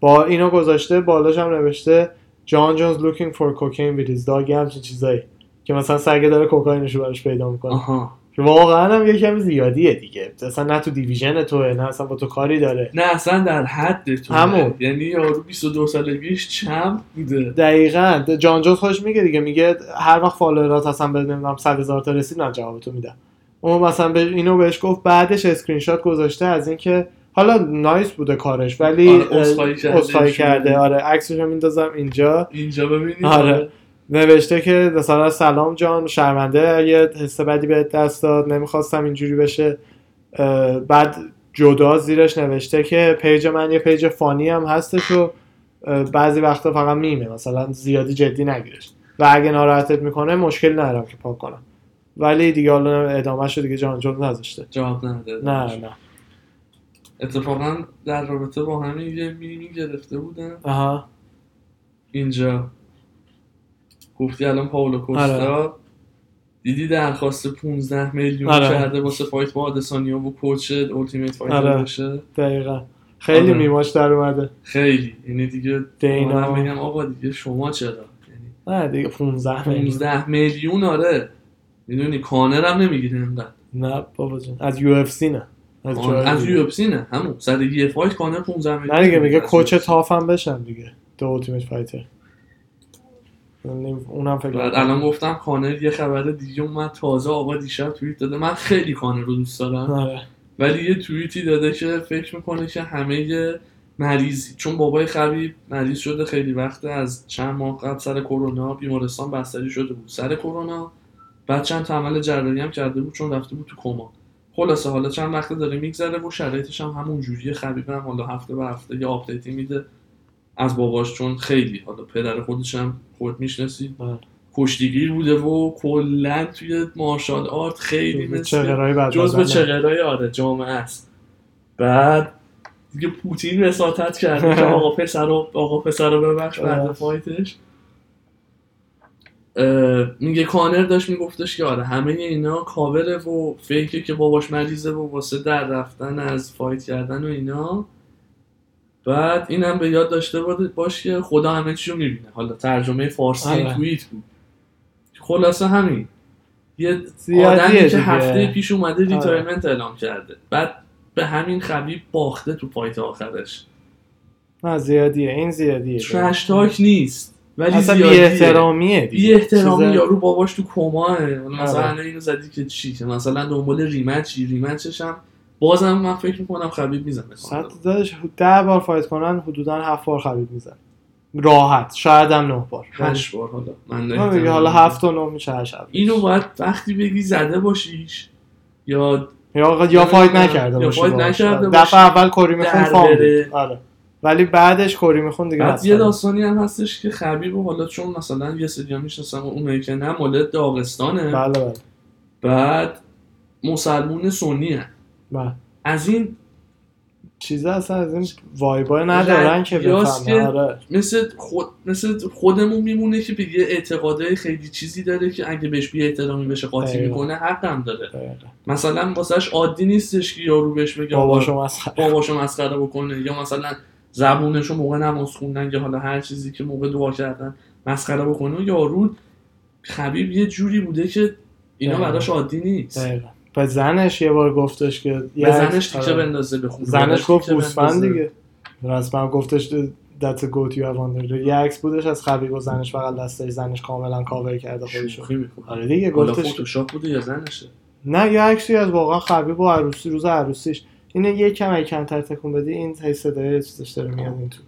B: با اینو گذاشته بالاش هم نوشته جان جونز looking for cocaine with his dog یه همچین چیزایی که مثلا سگ داره کوکائینش رو براش پیدا میکنه
A: آها
B: که واقعا هم یه کمی زیادیه دیگه اصلا نه تو دیویژن توه نه اصلا با تو کاری داره
A: نه اصلا در حد تو
B: همون.
A: یعنی یارو 22 سالگیش چم بوده
B: دقیقا جان جونز خوش میگه دیگه میگه هر وقت فالوورات هستن به نمیدونم 100 هزار تا رسید من جوابتو میدم اون مثلا به اینو بهش گفت بعدش اسکرین شات گذاشته از اینکه حالا نایس بوده کارش ولی
A: آره، عذرخواهی کرده.
B: اسخای کرده آره عکسشو میندازم اینجا
A: اینجا ببینید
B: آره. نوشته که مثلا سلام جان شرمنده یه حس بدی بهت دست داد نمیخواستم اینجوری بشه اه، بعد جدا زیرش نوشته که پیج من یه پیج فانی هم هستش و اه، بعضی وقتا فقط میمه مثلا زیادی جدی نگیرش و اگه ناراحتت میکنه مشکل ندارم که پاک کنم ولی دیگه حالا ادامهش دیگه جان جون نذاشته
A: جواب نداده
B: نه نه
A: اتفاقا در رابطه با همین یه میمی گرفته بودن
B: آها
A: اینجا گفتی الان پاولو کوستا دیدی درخواست 15 میلیون
B: آره.
A: کرده واسه فایت با آدسانیا و کوچ التیمیت فایتر
B: آره.
A: باشه
B: دقیقا خیلی
A: آره.
B: میماش در اومده
A: خیلی یعنی دیگه
B: دینا.
A: منم میگم آقا دیگه شما چرا یعنی
B: نه دیگه 15 میلیون
A: 15 میلیون آره میدونی کانر هم نمیگیره اینقدر
B: نه بابا جان از یو اف سی نه از
A: آن-
B: جای
A: آره، از
B: دیگه.
A: یو نه همون سر یه فایت کانر 15 میلیون
B: نه دیگه میگه
A: از
B: کوچ
A: UFC.
B: تاف هم بشم دیگه دو التیمیت فایتر اونم فکر
A: بعد
B: کنم.
A: الان گفتم کانر یه خبر دیگه اومد تازه آقا دیشب توییت داده من خیلی کانر رو دوست دارم
B: آره
A: ولی یه توییتی داده که فکر میکنه که همه مریض چون بابای خبیب مریض شده خیلی وقت از چند ماه قبل سر کرونا بیمارستان بستری شده بود سر کرونا بعد چند تا عمل جراحی هم کرده بود چون رفته بود تو کما خلاصه حالا چند وقت داره میگذره و شرایطش هم همون جوریه خبیب هم حالا هفته به هفته یه آپدیتی میده از باباش چون خیلی حالا پدر خودش هم خود میشناسی
B: بله.
A: کشتیگیر بوده و کلا توی مارشال آرت خیلی مثل
B: چقرای بعد
A: جزء
B: بدن.
A: چغلای آره جامعه است بعد دیگه پوتین وساطت
B: <laughs>
A: کرده که آقا پسر رو آقا پسر رو ببخش بعد
B: ببخش.
A: فایتش اه، میگه کانر داشت میگفتش که آره همه اینا کاوره و فکر که باباش مریضه و واسه در رفتن از فایت کردن و اینا بعد اینم به یاد داشته بود- باش که خدا همه چی رو میبینه حالا ترجمه فارسی
B: آره.
A: توییت بود خلاصه همین یه
B: زیادیه
A: آدمی که
B: دیگه.
A: هفته پیش اومده
B: آره.
A: ریتایرمنت اعلام کرده بعد به همین خبیب باخته تو فایت آخرش
B: نه زیادیه این زیادیه
A: ترش تاک نیست ولی
B: اصلا
A: زیادیه.
B: بی احترامیه
A: بی احترامی یارو باباش تو کماه
B: آره.
A: مثلا الان اینو زدی که چی که مثلا دنبال ریمچی ریمچش هم بازم من فکر میکنم خبیب میزنه
B: صد دادش ده بار فایت کنن حدودا هفت بار خرید میزن راحت شاید هم نه بار
A: هشت بار حالا من
B: من میگه
A: نمی‌دونم.
B: آره، حالا هفت و نه میشه هشت هفت.
A: اینو باید وقتی بگی زده باشیش یا
B: یا یا فایت نکرده
A: یا
B: باشه
A: فایت
B: باهاش.
A: نکرده باشه.
B: دفعه اول کری میخون
A: در
B: فام
A: بره.
B: بود. آره ولی بعدش کری میخون دیگه
A: بعد یه
B: مسخره.
A: داستانی هم هستش که خبیب و حالا چون مثلا یه سری میشناسم اونایی که نه مال داغستانه
B: بله بله
A: بعد مسلمون سنی
B: بله
A: از این
B: چیزا اصلا از این وایبای ندارن که
A: ردیاست
B: بفهمن آره
A: مثل, خود مثل خودمون میمونه که به یه اعتقاده خیلی چیزی داره که اگه بهش بی احترامی بشه قاطی
B: دقیقا.
A: میکنه حق هم داره
B: دقیقاً.
A: مثلا واسهش عادی نیستش که یارو بهش بگه
B: بابا
A: آقا
B: شما از خ-
A: باباشو مسخره بکنه یا مثلا زبونش رو موقع نماز خوندن یا حالا هر چیزی که موقع دعا کردن مسخره بکنه یارو خبیب یه جوری بوده که اینا
B: دقیقا.
A: براش عادی نیست
B: دقیقاً. به زنش یه بار گفتش که
A: به زنش تیکه
B: آره.
A: بندازه به خونه
B: زنش گفت
A: تیکه
B: گوسفند
A: بندازه.
B: دیگه رسما گفتش that's a goat you have under the- یه عکس بودش از خبیب و زنش فقط دستش زنش کاملا کاور کرده خودشو
A: شوخی میکنه
B: آره دیگه
A: حالا
B: گفتش
A: فتوشاپ بوده یا زنشه
B: نه یه عکسی از واقعا خبیب و عروسی روز عروسیش اینه یه کم اگه کمتر تکون بدی این هی صدای چیزش داره میاد این تو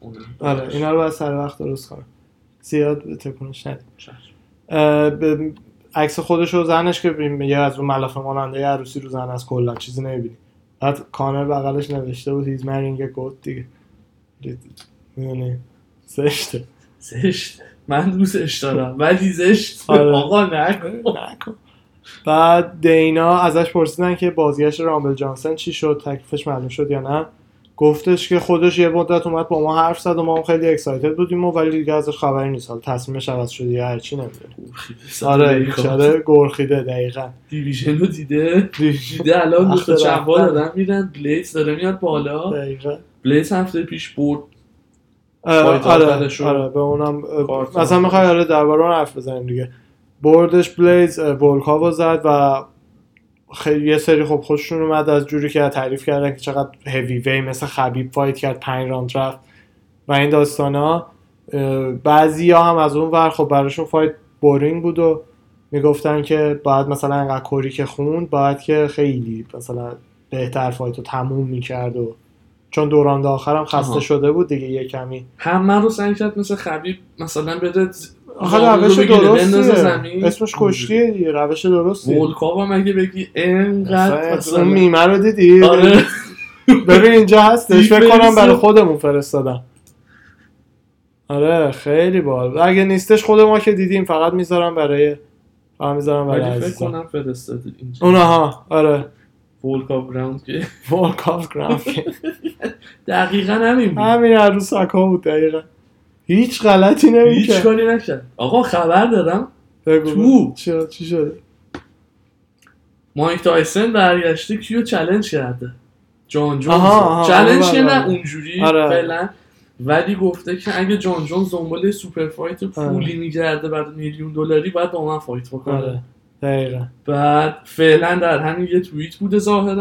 A: اونم.
B: آره اینا رو باید سر وقت درست کنم زیاد به تکونش ندی
A: چشم.
B: اه، به- عکس خودش و زنش که بیم- یه از اون ملافه ماننده یه عروسی رو زن از کلا چیزی نمیبینی بعد کانر بغلش نوشته بود هیز مرینگ گوت دیگه میدونی زشته
A: زشت من دوستش دارم ولی زشت
B: آره.
A: آقا نکن
B: نکن. بعد دینا ازش پرسیدن که بازگشت رامبل جانسن چی شد تکلیفش معلوم شد یا نه گفتش که خودش یه مدت اومد با ما حرف زد و ما هم خیلی اکسایتد بودیم و ولی دیگه ازش خبری نیست حالا تصمیمش عوض شده یا هرچی نمیدونیم آره بیچاره گرخیده دقیقا
A: خب. دیویژن رو دیده دیده الان دو تا
B: وقت
A: چنبا
B: رفتن. آره.
A: دارن میرن بلیز داره میاد بالا
B: دقیقا
A: بلیز هفته پیش برد
B: آره
A: فایت آخرش
B: آره
A: رو-
B: آره به اونم اه،
A: کارت
B: اصلا
A: آخرش.
B: میخوای آره درباره اون حرف بزنیم دیگه بردش بلیز اه، ولکاو زد و خیلی یه سری خب خوششون اومد از جوری که تعریف کردن که چقدر هیوی وی مثل خبیب فایت کرد پنج راند رفت و این داستان ها بعضی هم از اون ور خب براشون فایت بورینگ بود و میگفتن که باید مثلا انقدر کوری که خوند باید که خیلی مثلا بهتر فایت رو تموم میکرد و چون دوران آخرم خسته
A: آها.
B: شده بود دیگه یه کمی
A: همه رو سنگ کرد مثل خبیب مثلا بره ز-
B: آخه
A: زانو رو
B: روش
A: بگیره، بندازه
B: درستیه
A: زمین.
B: اسمش کشتیه دیگه روش درستیه
A: ولکاو هم اگه بگی انقدر
B: اصلا اون
A: مثلا
B: میمه رو دیدی
A: آره
B: ببین اینجا هستش فکر کنم
A: دیفنس.
B: برای خودمون فرستادم آره خیلی بال اگه نیستش خود ما که دیدیم فقط میذارم برای فقط میذارم برای
A: ولی فکر
B: عزیزان
A: کنم فرستاده اینجا
B: اونها آره
A: ولکاو گراوند که
B: Walk of Ground
A: <laughs> دقیقا همین بود
B: همین عروس ها بود دقیقا هیچ غلطی
A: هیچ
B: نمیکرد
A: کاری نکرد آقا خبر دارم
B: بگو
A: تو.
B: چی چی شده
A: مایک تایسن برگشته کیو چلنج کرده جان جونز
B: آها، آها،
A: چلنج
B: آره،
A: که
B: آره،
A: نه
B: آره.
A: اونجوری
B: آره.
A: فعلا ولی گفته که اگه جان جونز دنبال یه سوپر فایت پولی
B: آره.
A: میگرده بعد میلیون دلاری باید با من فایت بکنه
B: آره دقیقا
A: بعد فعلا در همین یه توییت بوده ظاهرا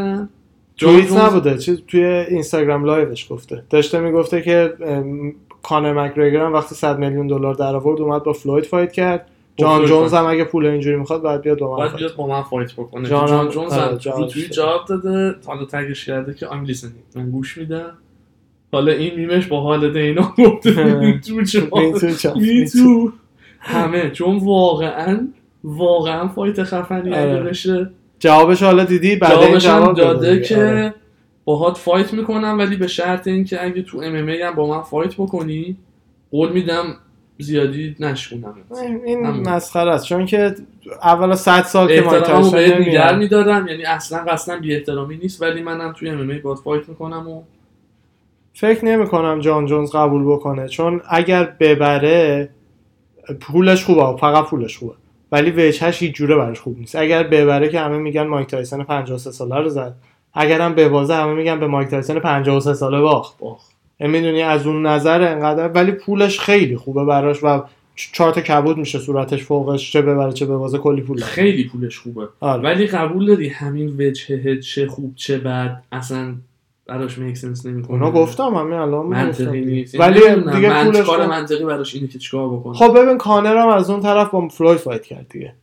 A: جان
B: توییت
A: جونز-
B: نبوده چیز توی اینستاگرام لایوش گفته داشته میگفته که ام، کانر مکگرگر هم وقتی 100 میلیون دلار در آورد اومد با فلوید فایت کرد
A: با
B: جان
A: فلوید
B: جونز
A: فایت.
B: هم اگه پول اینجوری میخواد باید بیاد با من
A: باید
B: فایت.
A: بیاد با من فایت بکنه
B: جان-
A: جان, جان جونز
B: آره،
A: هم
B: جواب
A: رو توییت
B: داده.
A: جواب داده حالا تگش کرده که I'm listening من گوش میدم حالا این میمش با حال دینا
B: <laughs>
A: گفته تو
B: Me
A: جان
B: <laughs> too، جان. Me
A: می
B: too.
A: تو همه چون واقعا واقعا فایت خفنی
B: آره.
A: اگه بشه
B: جوابش حالا دیدی بعد این
A: جوابش هم
B: جواب
A: داده
B: دیگه. آره.
A: که باهات فایت میکنم ولی به شرط اینکه اگه تو ام هم با من فایت بکنی قول میدم زیادی نشونم
B: آره. این
A: همین.
B: مسخره است چون که اولا 100 سال که مایک
A: احترامو
B: تایسون
A: بهت
B: نمیاد.
A: نگر میدارم یعنی اصلا قصلا بی احترامی نیست ولی منم توی ام ام باهات فایت میکنم و
B: فکر نمی کنم جان جونز قبول بکنه چون اگر ببره پولش خوبه فقط پولش خوبه ولی وجهش هیچ جوره براش خوب نیست اگر ببره که همه میگن مایک تایسون 53 ساله رو زد اگرم ببازه همه میگن به مایک تایسون 53 ساله باخت
A: باخ
B: میدونی از اون نظر انقدر ولی پولش خیلی خوبه براش و چ- چهار تا کبود میشه صورتش فوقش چه ببره چه ببازه کلی پول داره.
A: خیلی پولش خوبه
B: آره
A: ولی قبول داری همین وجهه چه خوب چه بد اصلا براش میکسنس نمیکنه
B: اونا گفتم همین الان گفتم
A: منطقی نیست
B: ولی
A: نمیدونم.
B: دیگه
A: من
B: پولش
A: کار
B: رو-
A: منطقی براش اینه که چیکار بکنه
B: خب ببین کانر هم از اون طرف با فلوی فایت کرد دیگه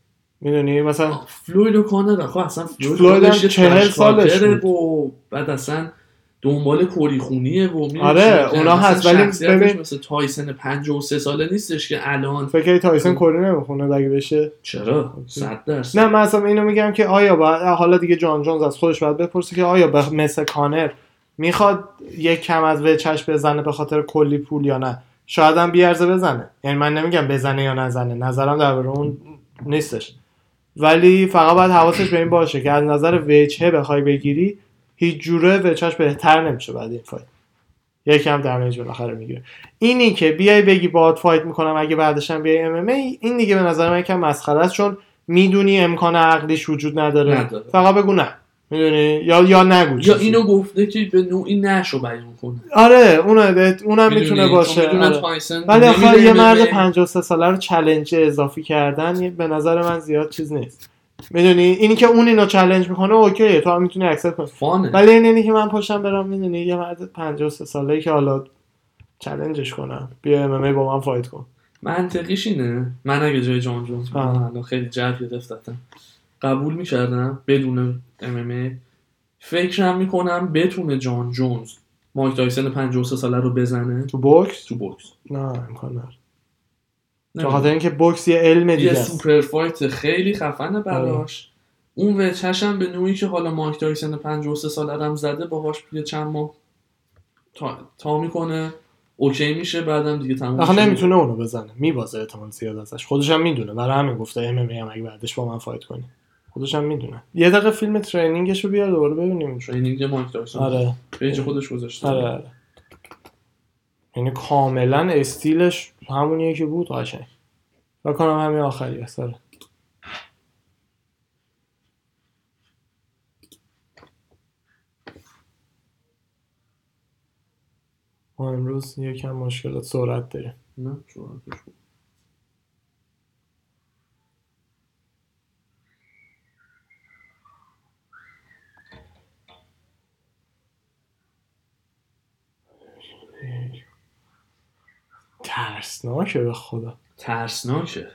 B: میدونی مثلا
A: فلوید و کانر خب اصلا فلوید,
B: فلوید هم
A: خودش یه
B: چهل
A: ترش
B: سالش
A: تاکره
B: بود.
A: و بعد اصلا دنبال کوری خونیه و می‌دونی
B: آره،
A: چی می‌کنه.
B: اونا
A: اصلا
B: هست، ولی
A: شخصیتش
B: ببین-
A: مثل تایسن 53 ساله نیستش که الان
B: فکر کنی تایسون کری نمیخونه اگه بشه
A: چرا 100 درصد
B: نه من اصلا اینو میگم که آیا باید حالا دیگه جان جونز از خودش باید بپرسه که آیا به مثل کانر میخواد یک کم از وچش بزنه به خاطر کلی پول یا نه شاید هم بیارزه بزنه یعنی من نمیگم بزنه یا نزنه نظرم درباره اون نیستش ولی فقط باید حواسش به این باشه که از نظر وجهه بخوای بگیری هیچ جوره وچش بهتر نمیشه بعد این فایت یکم دمیج بالاخره میگیره اینی که بیای بگی باهات فایت میکنم اگه بعدش هم بیای ام این دیگه به نظر من یکم مسخره است چون میدونی امکان عقلیش وجود نداره,
A: نداره.
B: فقط بگو نه میدونی یا یا نگو
A: یا
B: چیزی.
A: اینو گفته که به نوعی نشو بیان کنه
B: آره اونم اونم میتونه باشه آره. ولی آخر یه مرد 53 ساله رو چلنج اضافی کردن یه- به نظر من زیاد چیز نیست میدونی اینی که اون اینو چلنج میکنه اوکیه تو هم میتونی اکسپت کنی
A: فانه
B: ولی این اینی که من پشتم برم میدونی یه مرد 53 ساله که حالا چلنجش کنم بیا ام با من فایت کن
A: منطقیش اینه من اگه جای جان جونز بودم،
B: آه.
A: الان خیلی جرف گرفتم قبول میکردم بدون MMA فکرم میکنم بتونه جان جونز مایک تایسن 53 ساله رو بزنه
B: تو بوکس
A: تو بوکس
B: نه امکان نداره به
A: نمی‌دونم.
B: خاطر اینکه بوکس یه علم دیگه
A: یه
B: است
A: سوپر فایت خیلی خفنه براش اون وچهش هم به نوعی که حالا مایک تایسن 53 ساله رو هم زده باهاش یه چند ماه تا, تا میکنه اوکی میشه بعدم دیگه تموم
B: آخه
A: میشه.
B: نمیتونه اونو بزنه میبازه احتمال زیاد ازش خودش هم میدونه برای همین گفته ام ام هم اگه بعدش با من فایت کنی خودش هم میدونه یه دقیقه فیلم ترنینگش رو بیار دوباره ببینیم
A: ترینینگ مایک تایسن
B: آره
A: پیج خودش گذاشته
B: آره آره یعنی کاملا استیلش همونیه که بود قشنگ و کنم همین آخری است آره. ما امروز یکم مشکلات سرعت داریم
A: نه شهرتش بود.
B: ترسناکه به خدا
A: ترسناکه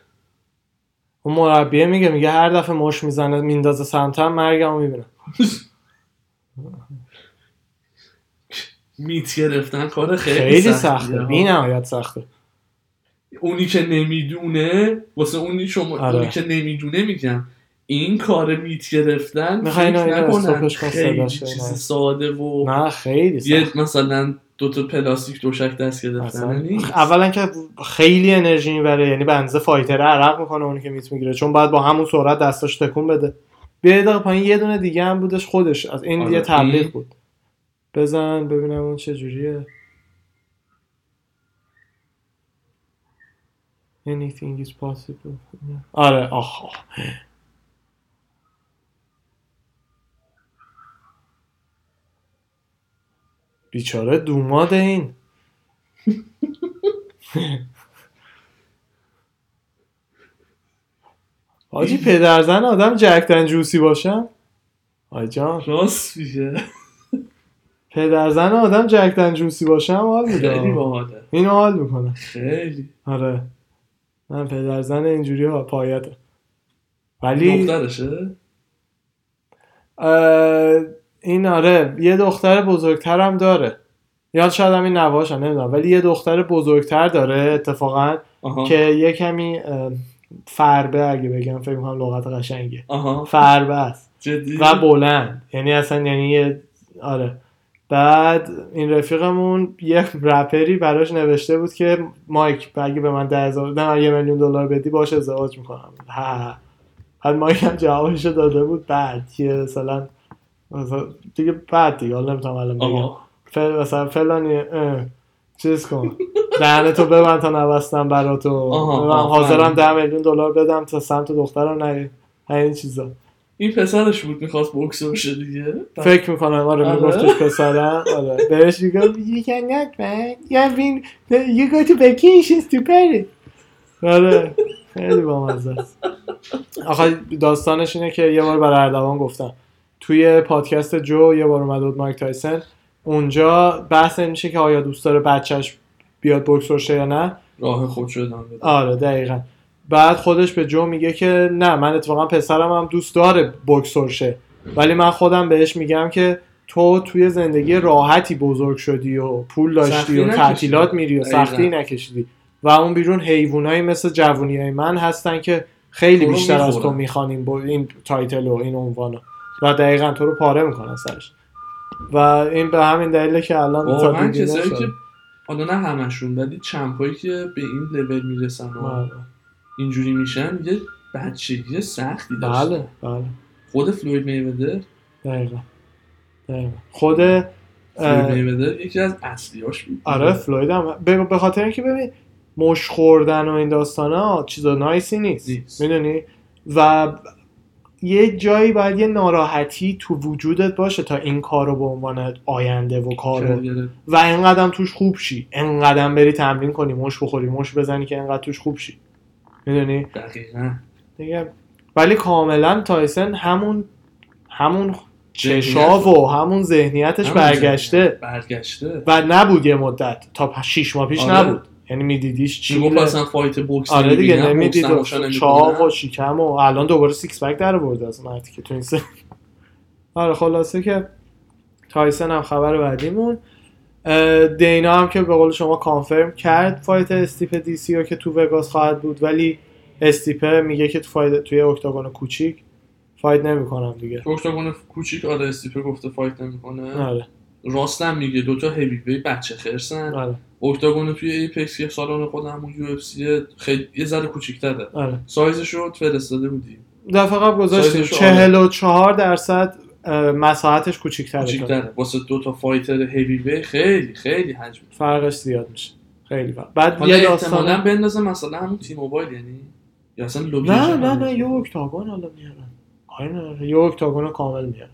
B: اون مربیه میگه میگه هر دفعه مش میزنه میندازه سمتم مرگمو میبینه
A: میت گرفتن کار خیلی,
B: خیلی
A: سختیه
B: سخته
A: ها.
B: بی نهایت سخته
A: اونی که نمیدونه واسه اونی شما
B: آره.
A: اونی که نمیدونه میگم این کار میت گرفتن
B: میخوای
A: فکر
B: اینو- اینو
A: نکنن
B: استوپش کن،
A: خیلی
B: صداش
A: چیز
B: اینه.
A: ساده و
B: نه خیلی سخته
A: یه مثلا دوتا پلاستیک دوشک دست
B: اصلا. خب،
A: گرفتن یعنی نیست
B: اولا که خیلی انرژی میبره یعنی بنزه فایتره عرق میکنه اونی که میت میگیره چون باید با همون سرعت دستاش تکون بده بیا یه دقیقه پایین یه دونه دیگه هم بودش خودش از این
A: آره،
B: یه
A: این-
B: تبلیغ بود بزن ببینم اون چه جوریه Anything is possible. آره آخ آخ. بیچاره دوماد این حاجی پدرزن آدم جکتن جوسی باشم آی جان
A: راست میشه
B: پدرزن آدم جکتن جوسی باشم حال
A: خیلی
B: میده
A: باحاله
B: اینو حال میکنه
A: خیلی
B: آره من پدرزن اینجوری ها پایته ولی
A: دخترشه
B: اه، این آره یه دختر بزرگترم داره یا شاید هم این نواشم نمیدونم ولی یه دختر بزرگتر داره اتفاقا
A: آها
B: که یه کمی اه، فربه اگه بگم فکر کنم لغت قشنگیه
A: آها
B: فربه است
A: جدی
B: و بلند یعنی اصلا یعنی یه- آره بعد این رفیقمون یه رپری براش نوشته بود که مایک اگه به من ده هزار نه یه میلیون دلار بدی باش ازدواج میکنم ها بعد مایک هم جوابشو داده بود بعد که مثلا مثلا دیگه بعد دیگه حالا نمیتونم الان بگم
A: آها
B: فل مثلا فلانی اه، چیز کن دهنتو ببند تا نبستم براتو
A: آها،
B: من
A: آها،
B: حاضرم
A: فهمیدم.
B: ده میلیون دلار بدم تا سمت دخترم نری این چیزا
A: این پسرش بود میخواست بوکسور شه دیگه
B: فکر میکنم آره
A: آره.
B: میگفتش پسرم آره بهش میگم you cannot man you have been you go to vacations to Paris آره خیلی بامزه است آخه داستانش اینه که یه بار برای اردوان گفتم توی پادکست جو یه بار اومده بود مایک تایسن اونجا بحث این میشه که آیا دوست داره بچهش بیاد بکسورشه یا نه
A: راه خود شدن بده
B: آره دقیقا بعد خودش به جو میگه که نه من اتفاقا پسرم هم دوست داره بکسور شه ولی من خودم بهش میگم که تو توی زندگی راحتی بزرگ شدی و پول داشتی
A: سختی
B: و
A: نکشیدی.
B: تعطیلات میری و
A: دقیقاً.
B: سختی نکشیدی و اون بیرون حیوانایی مثل جوونی های من هستن که خیلی
A: تو رو
B: بیشتر از تو
A: میخورن.
B: میخوان این, با- این تایتل و این عنوان و دقیقا تو رو پاره میکنن سرش و این به همین دلیله که الان تا
A: واقعا
B: دیگه
A: کسایی
B: نشد.
A: که حالا نه همشون ولی چمپایی که به این لول میرسن و
B: آره.
A: اینجوری میشن یه بچگی سختی داشت
B: بله بله
A: خود فلوید میودر
B: دقیقا دقیقا خود
A: فلوید
B: اه،
A: میودر یکی از اصلیاش بود
B: آره فلوید هم به به خاطر اینکه ببین مش خوردن و این داستان ها چیزا نایسی نیست,
A: نیست.
B: میدونی و یه جایی باید یه ناراحتی تو وجودت باشه تا این کار رو به عنوان آینده و کار رو
A: کریر
B: و انقدرم توش خوب شی انقدرم بری تمرین کنی مش بخوری مش بزنی که انقدر توش خوب شی میدونی
A: دقیقا
B: دیگه ولی کاملا تایسن همون همون چشاو و همون ذهنیتش
A: همون
B: برگشته
A: برگشته
B: و نبود یه مدت تا پ- شیش ماه پیش
A: آره.
B: نبود یعنی میدیدیش
A: چی گفت
B: چی
A: اصلا فایت بوکس
B: آره دیگه
A: نمی‌بینم،
B: نمیدید
A: بوکس تماشا
B: و
A: نمی‌کنم.
B: چاق و شیکم و الان دوباره سیکس پک در برده از مردی که تو این سن آره خلاصه که تایسن هم خبر بعدیمون اه، دینا هم که به قول شما کانفرم کرد فایت استیپ دی سی رو که تو وگاس خواهد بود ولی استیپه میگه که تو فایت توی اکتاگون کوچیک فایت نمیکنم دیگه
A: اکتاگون کوچیک آره استیپه گفته فایت نمیکنه
B: آره
A: راستم میگه دوتا هیوی وی بچه خرسن
B: آره
A: اکتاگون توی ایپکس که سالن خود همون یو اف سی خیلی یه ذره کوچیک‌تره
B: آره
A: سایزش رو فرستاده بودی
B: دفعه قبل گذاشتیم
A: سایزش عالیه.
B: 44 درصد اه، مساحتش کوچیک‌تره
A: کوچیک‌تره واسه دوتا فایتر هیوی وی خیلی خیلی حجم
B: فرقش زیاد میشه خیلی فرق بعد
A: حالا
B: یه
A: احتمالا
B: داستان
A: بندازه مثلا همون تی موبایل یعنی یا اصلا لوبی
B: نه
A: ژاپنی.
B: نه نه یه اکتاگون حالا میارن آره نه، نه، یه اکتاگون رو کامل میارن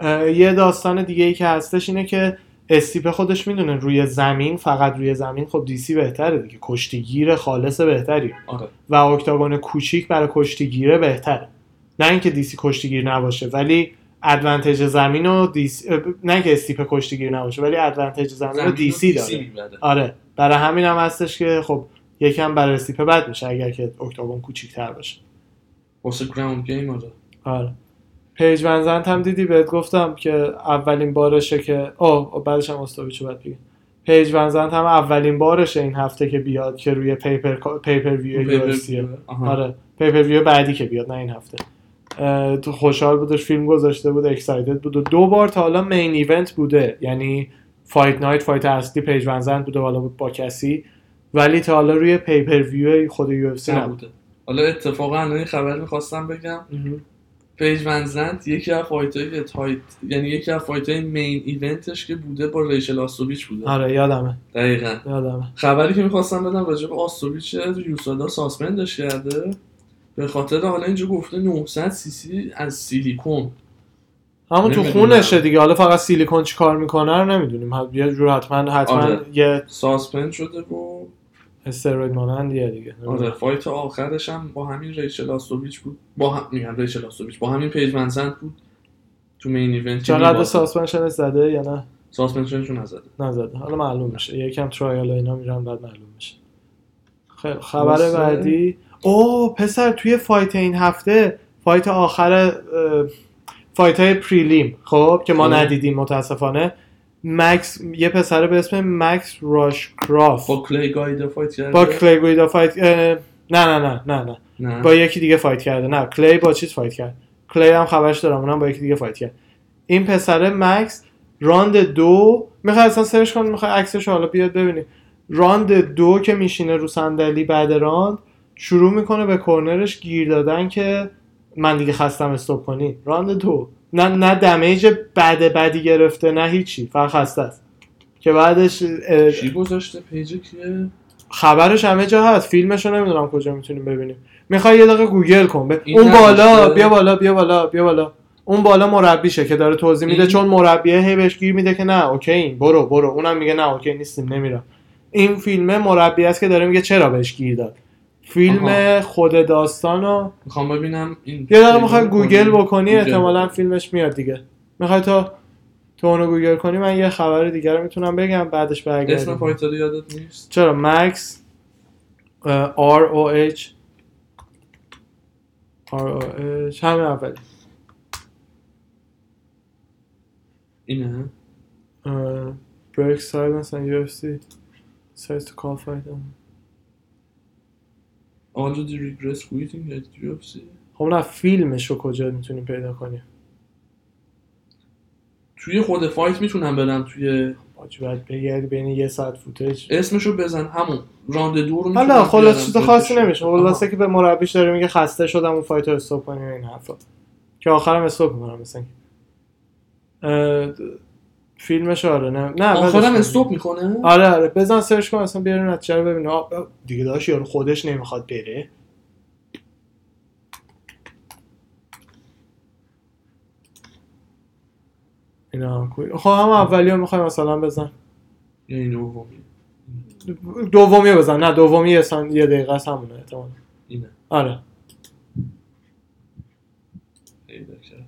B: اه، یه داستان دیگه ای که هستش اینه که استیپه خودش میدونه روی زمین فقط روی زمین خب دیسی بهتره دیگه کشتیگیر خالص بهتری
A: آره
B: و اکتاگون کوچیک برای کشتیگیره بهتره نه اینکه دیسی کشتیگیر نباشه ولی ادوانتج زمین و دیسی اه، نه اینکه استیپ کشتیگیر نباشه ولی ادوانتج زمین و
A: زمین
B: دیسی
A: رو DC
B: داره
A: می‌بره.
B: آره برای همین هم هستش که خب یکم برای استیپ بد میشه اگر که اکتاگون کوچیک‌تر باشه
A: واسه گراوند گیم آره
B: آره پیج ونزنت هم دیدی بهت گفتم که اولین بارشه که آه بعدش هم استویچو باید بگم پیج ونزنت هم اولین بارشه این هفته که بیاد که روی پیپر پیپر ویو یو اف سیه.
A: آها.
B: آره پیپر ویو بعدی که بیاد نه این هفته اه، تو خوشحال بودش فیلم گذاشته بود اکسایتد بود و دو بار تا حالا مین ایونت بوده یعنی فایت نایت فایت اصلی پیج ونزن بوده حالا بود با کسی ولی تا حالا روی پیپر ویو خود یو اف سی نبود
A: نبوده حالا اتفاقا الان این خبر میخواستم بگم پیج ونزنت یکی از فایتای تایت یعنی یکی از فایتای مین ایونتش که بوده با ریشل آستوویچ بوده
B: آره یادمه
A: دقیقا
B: یادمه
A: خبری که میخواستم بدم راجع به آستوویچ یوسادا ساسپندش کرده به خاطر حالا اینجا گفته 900 سی سی از سیلیکون
B: همون تو
A: نمی‌دونم.
B: خونشه دیگه حالا فقط سیلیکون چی کار میکنه رو نمیدونیم حت- یه جور حتما حتما
A: آره.
B: یه
A: ساسپند شده و
B: استروید مانندیه دیگه
A: آره فایت آخرش هم با همین ریشل آستوویچ بود با هم میگم ریشل آستوویچ با همین پیج ونزنت بود تو مین ایونت
B: چقدر ساسپنشن زده یا نه
A: ساسپنشنشون نزده
B: نزده حالا معلوم میشه یکم ترایال و اینا میرن بعد معلوم میشه خیلی خبر
A: خلاصه.
B: بعدی او پسر توی فایت این هفته فایت آخر فایت های پریلیم خب که ما
A: خب.
B: ندیدیم متاسفانه مکس یه پسر به اسم مکس راش کرافت
A: با کلی گایدر فایت کرده
B: با کلی گویدا فایت اه، نه نه نه نه نه
A: نه
B: با یکی دیگه فایت کرده نه کلی با چیز فایت کرد کلی هم خبرش دارم اونم با یکی دیگه فایت کرد این پسره مکس راند دو میخوای اصلا سرش کن میخوای عکسش رو حالا بیاد ببینی راند دو که میشینه رو صندلی بعد راند شروع میکنه به کرنرش گیر دادن که من دیگه خستم استوب کنی راند دو نه نه دمیج بد بدی گرفته نه هیچی فقط خسته است که بعدش اه،
A: چی گذاشته پیج کیه
B: خبرش همه جا هست فیلمش رو نمیدونم کجا میتونیم ببینیم میخوای یه دقیقه گوگل کن ب-
A: این
B: اون بالا
A: نداشته؟
B: بیا بالا بیا بالا بیا بالا اون بالا مربیشه که داره توضیح میده
A: این؟
B: چون مربیه هی بهش گیر میده که نه اوکی این برو برو اونم میگه نه اوکی نیستیم نمیرم این فیلم مربی است که داره میگه چرا بهش گیر داد فیلم
A: آها.
B: خود داستانو
A: میخوام ببینم این
B: یه دقیقه میخوای
A: پیدا
B: گوگل
A: کنی.
B: بکنی
A: گوگل
B: احتمالا
A: بکنی.
B: فیلمش میاد دیگه میخوای تا تو اونو گوگل کنی من یه خبر دیگر رو میتونم بگم بعدش
A: اسم
B: برگردیم
A: فایتر یادت نیست
B: چرا مکس آر او اچ آر او اچ همین اولی
A: اینه
B: Uh, break silence and UFC decides to call fight them.
A: already regrets quitting at UFC
B: خب نه فیلمش رو کجا میتونیم پیدا کنیم
A: توی خود فایت میتونم برم توی
B: باج باید بگردی بین یه ساعت فوتج
A: اسمشو بزن همون راند دو رو میتونم
B: حالا خلاص
A: بیارم
B: چیز خاصی
A: جلوش.
B: نمیشه خلاصه که به مربیش داره میگه خسته شدم اون فایت رو استوب کنیم این حرفا که آخرم استوب میکنم مثلا اه، د- فیلمش آره نه نه
A: آها.
B: بعدش
A: آخرم
B: کنیم.
A: استوب میکنه
B: آره آره بزن سرچ کن اصلا بیارین نتیجه رو ببین آه، آه، دیگه داشت یارو خودش نمیخواد بره اینا هم کوی خب هم اولی رو میخوای مثلا بزن
A: یعنی دومی
B: دومی رو بزن نه دومی یه, سان... یه دقیقه است همونه احتمالا
A: اینه
B: آره
A: پیدا کرد.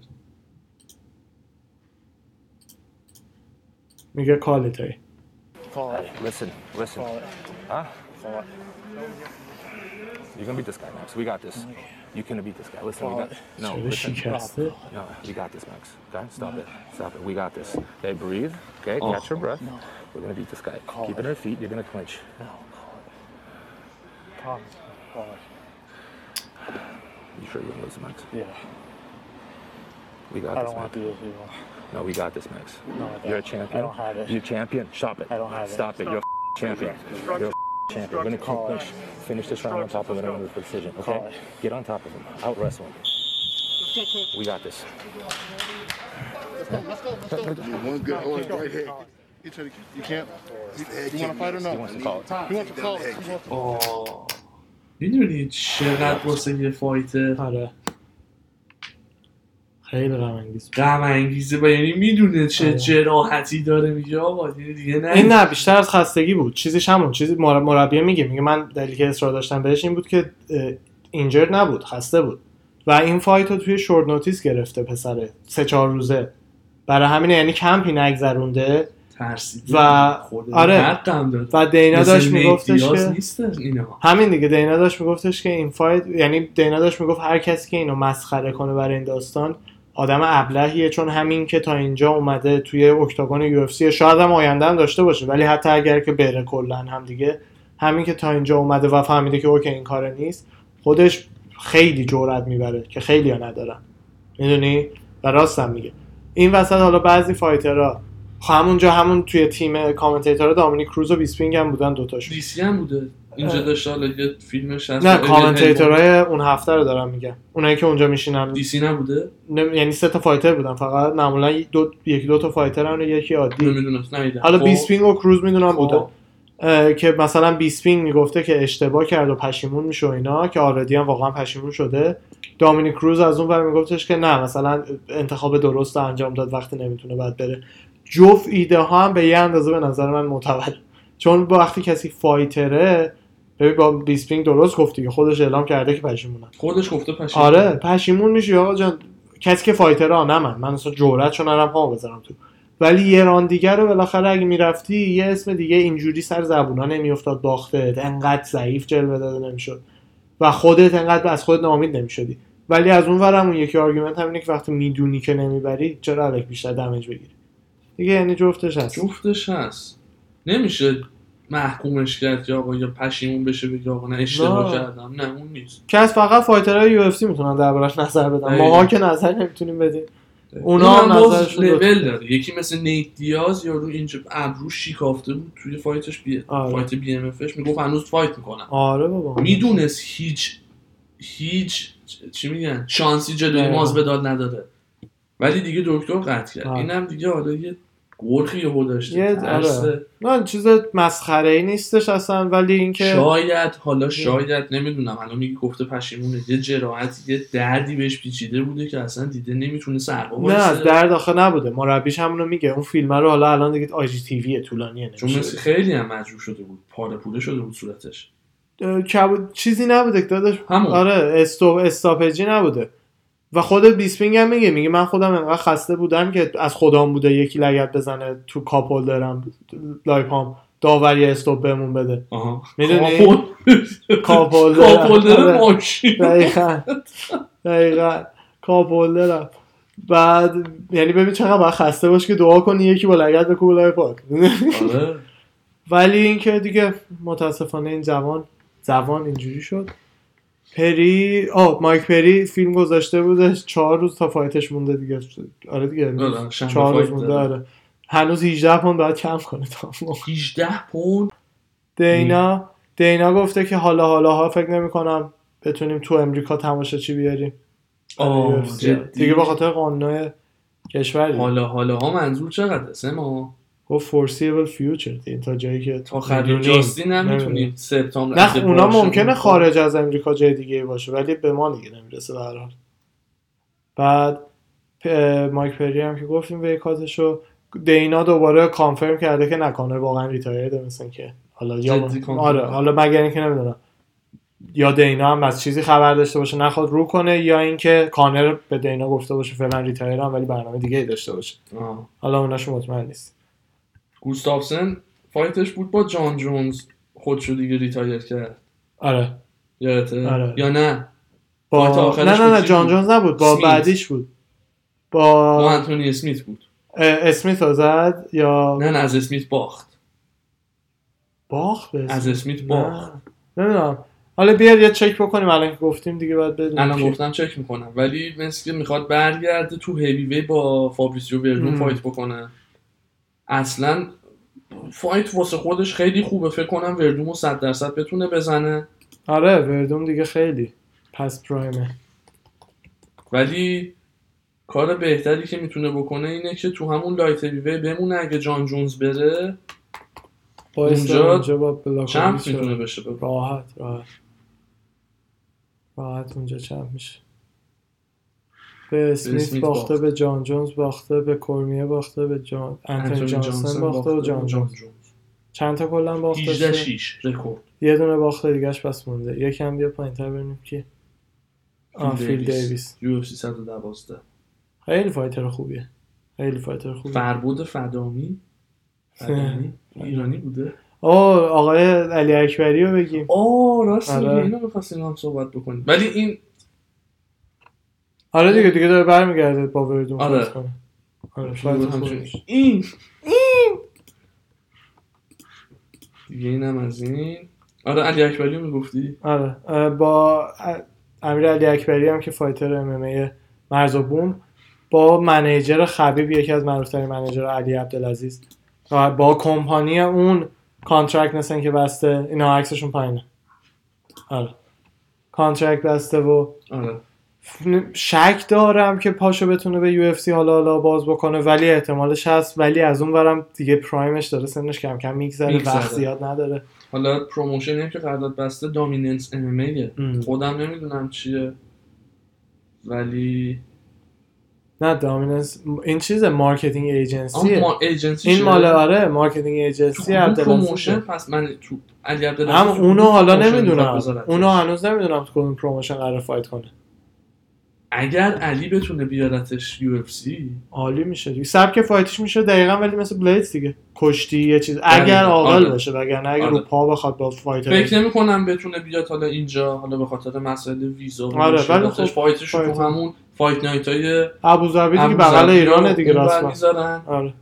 B: میگه کالیتای
C: Listen, listen. Huh? You're gonna beat this guy, Max. We got
D: Oh,
C: this. You're gonna beat this guy. Listen, we got no.
B: چرا
C: Listen.
B: شکسته
C: No, we got this, Max. Okay, stop it. Stop it. We got this. Okay, breathe. Okay, catch your breath. We're gonna beat this guy. Keep it on your feet. You're gonna clinch. You sure you're gonna lose, Max?
D: Yeah,
C: We got
D: I
C: this,
D: don't want
C: Max.
D: to do this anymore.
C: No, we got this, Max.
D: No, I don't.
C: You're a champion.
D: I don't have it.
C: You're a champion. Stop it.
D: I don't have it.
C: Stop it. You're a f- champion. You're a f- champion. We're gonna keep push. Finish this round on top of it under the decision.
D: Call
C: Okay.
D: it.
C: Get on top of him. Out wrestle him. We got this.
E: One good orange right hand. You trying to, you can't. You, you want to fight or not?
C: He wants to call it.
E: You want to call it? You want
A: آه. میدونی چقدر واسه یه فایت
B: آره خیلی غم انگیز
A: غم انگیزه و یعنی میدونه چه
B: آره.
A: جراحتی داره میگه آقا دیگه, دیگه نه
B: این نه بیشتر از خستگی بود چیزش همون چیزی مر- مربیه میگه میگه من دلیل که اصرار داشتم بهش این بود که اینجر نبود خسته بود و این فایت رو توی شورت نوتیس گرفته پسره سه چهار روزه برای همین یعنی کمپی نگذرونده
A: ترسید
B: و آره. و دینا داشت میگفتش که
A: نیست اینا
B: همین دیگه دینا داشت میگفتش که این فایت یعنی دینا داشت میگفت هر کسی که اینو مسخره کنه برای این داستان آدم ابلهیه چون همین که تا اینجا اومده توی اکتاگون یو اف سی شاید هم آینده هم داشته باشه ولی حتی اگر که بره کلا هم دیگه همین که تا اینجا اومده و فهمیده که اوکی این کار نیست خودش خیلی جرأت میبره که خیلی ها ندارن میدونی و راستم میگه این وسط حالا بعضی فایترها خب همونجا همون توی تیم کامنتیتورها دامینیک کروز و بیسپینگ هم بودن دوتاش
A: دیسی هم بوده اینجا
B: آه.
A: داشت حالا یه فیلمش هست
B: نه
A: Alien Hellboy.
B: کامنتیتورهای اون هفته رو دارم میگم اونایی که اونجا میشینن
A: دیسی نبوده
B: نم- یعنی سه تا فایتر بودن فقط معمولا ی- دو یکی دو تا فایتر هم یکی عادی
A: نمیدونم ندیدم
B: حالا
A: خب،
B: بیسپینگ و کروز میدونم
A: خب.
B: بودن اه، که مثلا بیسپینگ میگفته که اشتباه کرد و پشیمون میشه و اینا که آردی هم واقعا پشیمون شده دامینیک کروز از اون ور میگفتش که نه مثلا انتخاب درست رو انجام داد وقتی نمیتونه بعد بره جفت ایده ها هم به یه اندازه به نظر من متول چون با وقتی کسی فایتره ببین با بیسپینگ درست گفتی که خودش اعلام کرده که پشیمونه
A: خودش گفته پشیمون
B: آره پشیمون میشی آقا جان کسی که فایتر ها نه من من اصلا جرأت چون نرم پامو بزنم تو ولی یه ران دیگر رو بالاخره اگه میرفتی یه اسم دیگه اینجوری سر زبونا نمیافتاد باخته انقدر ضعیف جلوه داده نمیشد و خودت انقدر از خودت ناامید نمیشدی ولی از اون ورم اون یکی آرگومنت همینه که وقتی میدونی که نمیبری چرا علک بیشتر دمج بگیری دیگه یعنی جفتش هست
A: جفتش هست نمیشه محکومش کرد که آقا یا پشیمون بشه بگه آقا نه اشتباه
B: نه.
A: کردم نه اون نیست
B: که از فقط فایترهای یو اف سی میتونن دربارش نظر بدن
A: دقیقاً.
B: ماها که نظر نمیتونیم بدیم اونا
A: اونم
B: هم
A: باز
B: نظرشون
A: لول
B: درسته.
A: داره یکی مثل نیت دیاز یا رو اینجا ابرو شیکافته بود توی فایتش بی...
B: آره.
A: فایت بی ام افش میگفت هنوز فایت میکنم
B: آره بابا
A: میدونست هیچ هیچ چی میگن شانسی جلوی
B: آره.
A: ماز به داد نداره ولی دیگه دکتر قطع کرد
B: آره.
A: اینم دیگه حالا یه گرخی یهو داشته
B: یه-
A: ترس.
B: آره. نه چیز مسخره ای نیستش اصلا ولی اینکه
A: شاید حالا شاید نمیدونم الان میگه گفته پشیمونه یه جراحت یه دردی بهش پیچیده بوده که اصلا دیده نمیتونه سرپا
B: نه از
A: وایسه
B: درد آخه نبوده مربیش همونو میگه اون فیلم رو حالا الان دیگه آی جی تی وی طولانیه
A: چون
B: نمیشه.
A: مثل خیلی هم مجروح شده بود پاره پوره شده بود صورتش
B: اه، کبود- چیزی نبوده که داداش
A: همون.
B: آره استو... استاپجی نبوده و خود بیسپینگ هم میگه میگه من خودم انقدر خسته بودم که از خودم بوده یکی لگت بزنه تو کاپل دارم لایپام داوری استوب بهمون بده
A: آها
B: میدونی؟
A: کاپول
B: کاپول
A: <laughs> کاپول
B: آره.
A: ماشین
B: دقیقا دقیقا کاپل دارم بعد یعنی ببین چقدر باید خسته باش که دعا کنی یکی با لگت بکوب لای پاک
A: آره
B: <laughs> ولی اینکه دیگه متاسفانه این جوان جوان اینجوری شد پری آه مایک پری فیلم گذاشته بودش چهار روز تا فایتش مونده دیگه آره دیگه
A: آره، شنبه
B: چهار روز
A: فایت
B: مونده
A: داره.
B: آره هنوز 18 پوند باید کم کنه تا اون موقع.
A: 18 پوند
B: دینا دینا گفته که حالا حالا ها فکر نمیکنم بتونیم تو امریکا تماشاچی بیاریم
A: آه،
B: برای UFC.
A: جدی؟
B: دیگه به خاطر قانون کشوری
A: حالا حالا ها منظور چقدر سه ماه
B: گفت فورسیبل فیوچر دیگه تا جایی که
A: تا
B: می‌دونیم.
A: خرید جاستی
B: نمی‌دونیم.
A: نمیتونی سپتامبر
B: نه
A: اگه
B: اونا
A: باشه،
B: ممکنه
A: اون-
B: خارج از امریکا جای دیگه ای باشه ولی به ما دیگه نمیرسه به هر حال بعد پ- مایک پری هم که گفتیم ویکاتشو دینا دوباره کانفرم کرده که نکنه واقعا ریتایرده مثل که حالا یا
A: جدی کانفرم.
B: آره حالا مگر اینکه نمیدونم یا دینا هم از چیزی خبر داشته باشه نخواد رو کنه یا اینکه کانر به دینا گفته باشه فعلا ریتایرم ولی برنامه دیگه ای داشته باشه
A: آه.
B: حالا اوناشو مطمئن نیست
A: گوستافسن فایتش بود با جان جونز خودشو دیگه ریتایر کرد
B: آره
A: یادته
B: آره.
A: یا نه
B: با
A: فایت
B: نه
A: آخرش
B: نه
A: بود
B: نه
A: چی
B: جان
A: بود؟
B: جونز نبود با
A: اسمیت.
B: بعدیش بود با
A: با انتونی اسمیت بود
B: اه، اسمیت رو زد یا
A: نه نه از اسمیت باخت
B: باخت به
A: از
B: اسمیت
A: اسمیت باخت
B: نمیدونم حالا بیار یه چک بکنیم الان که گفتیم دیگه باید بدونیم
A: الان
B: که-
A: گفتم چک میکنم ولی مثل که میخواد برگرده تو هیوی وی با فابریسیو
B: مم.
A: برلون فایت بکنه اصلا فایت واسه خودش خیلی خوبه فکر کنم وردوم رو صد درصد بتونه بزنه
B: آره وردوم دیگه خیلی پس پرایمه
A: ولی کار بهتری که میتونه بکنه اینه که تو همون لایت هیوی وی بمونه اگه جان جونز بره
B: با
A: اونجا
B: اونجا اونجا با بلاک
A: چمپ
B: میشه.
A: میتونه بشه به
B: راحت راحت راحت اونجا چمپ میشه به اسمیت
A: اسمیت
B: باخته
A: باخت.
B: به جان جونز باخته به کرمیه باخته به جان انتونی جانسون باخته و جان جونز چند تا کلا باخته
A: 18
B: شد؟
A: 6 رکورد
B: یه دونه باخت دیگهش پس مونده یکم بیا پایین تر ببینیم کی آه
A: فیل
B: فیل
A: دیویس.
B: دیویس
A: UFC 112
B: خیلی فایتر خوبیه خیلی فایتر خوبیه
A: فربود فدامی فدامی ایرانی بوده
B: آه آقای علی اکبری رو بگیم
A: آه راست میگه
B: آره.
A: اینو می‌خواستیم هم صحبت بکنیم ولی این
B: آره دیگه دیگه داره برمیگرده با وردون
A: آره.
B: فایت کنه. آره فایت خوبیش.
A: این دیگه اینم از این آره علی اکبری رو میگفتی
B: آره اه، با ا- امیر علی اکبری هم که فایتر ام ام ای مرز و بوم با منیجر خبیب یکی از معروفترین منیجر علی عبدالعزیز و با کمپانی اون کانترکت مثل که بسته اینا عکسشون پایینه آره کانترکت بسته و
A: آره
B: شک دارم که پاشو بتونه به یو حالا حالا باز بکنه ولی احتمالش هست ولی از اون برم دیگه پرایمش داره سنش کم کم میگذره
A: می‌گذره.
B: وقت زیاد نداره
A: حالا پروموشنی هم که قرارداد بسته دامیننس ام
B: ام.
A: خودم نمیدونم چیه ولی
B: نه دامیننس این چیزه مارکتینگ
A: آه،
B: ایجنسیه
A: ما ایجنسی
B: این
A: چیه؟
B: مال آره مارکتینگ
A: تو
B: ایجنسی
A: اون
B: عبدالعزیز
A: پروموشن پس من تو علی عبدالعزیز
B: هم
A: تو
B: اونو حالا
A: پروموشن می‌خواد
B: نمیدونم
A: بذارتش.
B: اونو هنوز نمیدونم تو کدوم پروموشن قرار فایت کنه
A: اگر علی بتونه بیارتش یو اف سی
B: عالی میشه دیگه سبک فایتش میشه دقیقا ولی مثل بلیدز دیگه کشتی یه چیز اگر عاقل
A: آره.
B: باشه وگرنه اگر
A: آره.
B: رو پا بخواد با فایتر
A: فکر نمی کنم بتونه بیاد حالا اینجا حالا به خاطر مسائل ویزا و
B: آره،
A: مشکلاتش.
B: ولی خب،
A: فایتش رو
B: فایت.
A: تو همون فایت نایت های
B: ابوظبی دیگه بغل ایرانه دیگه راست
A: میذارن
B: آره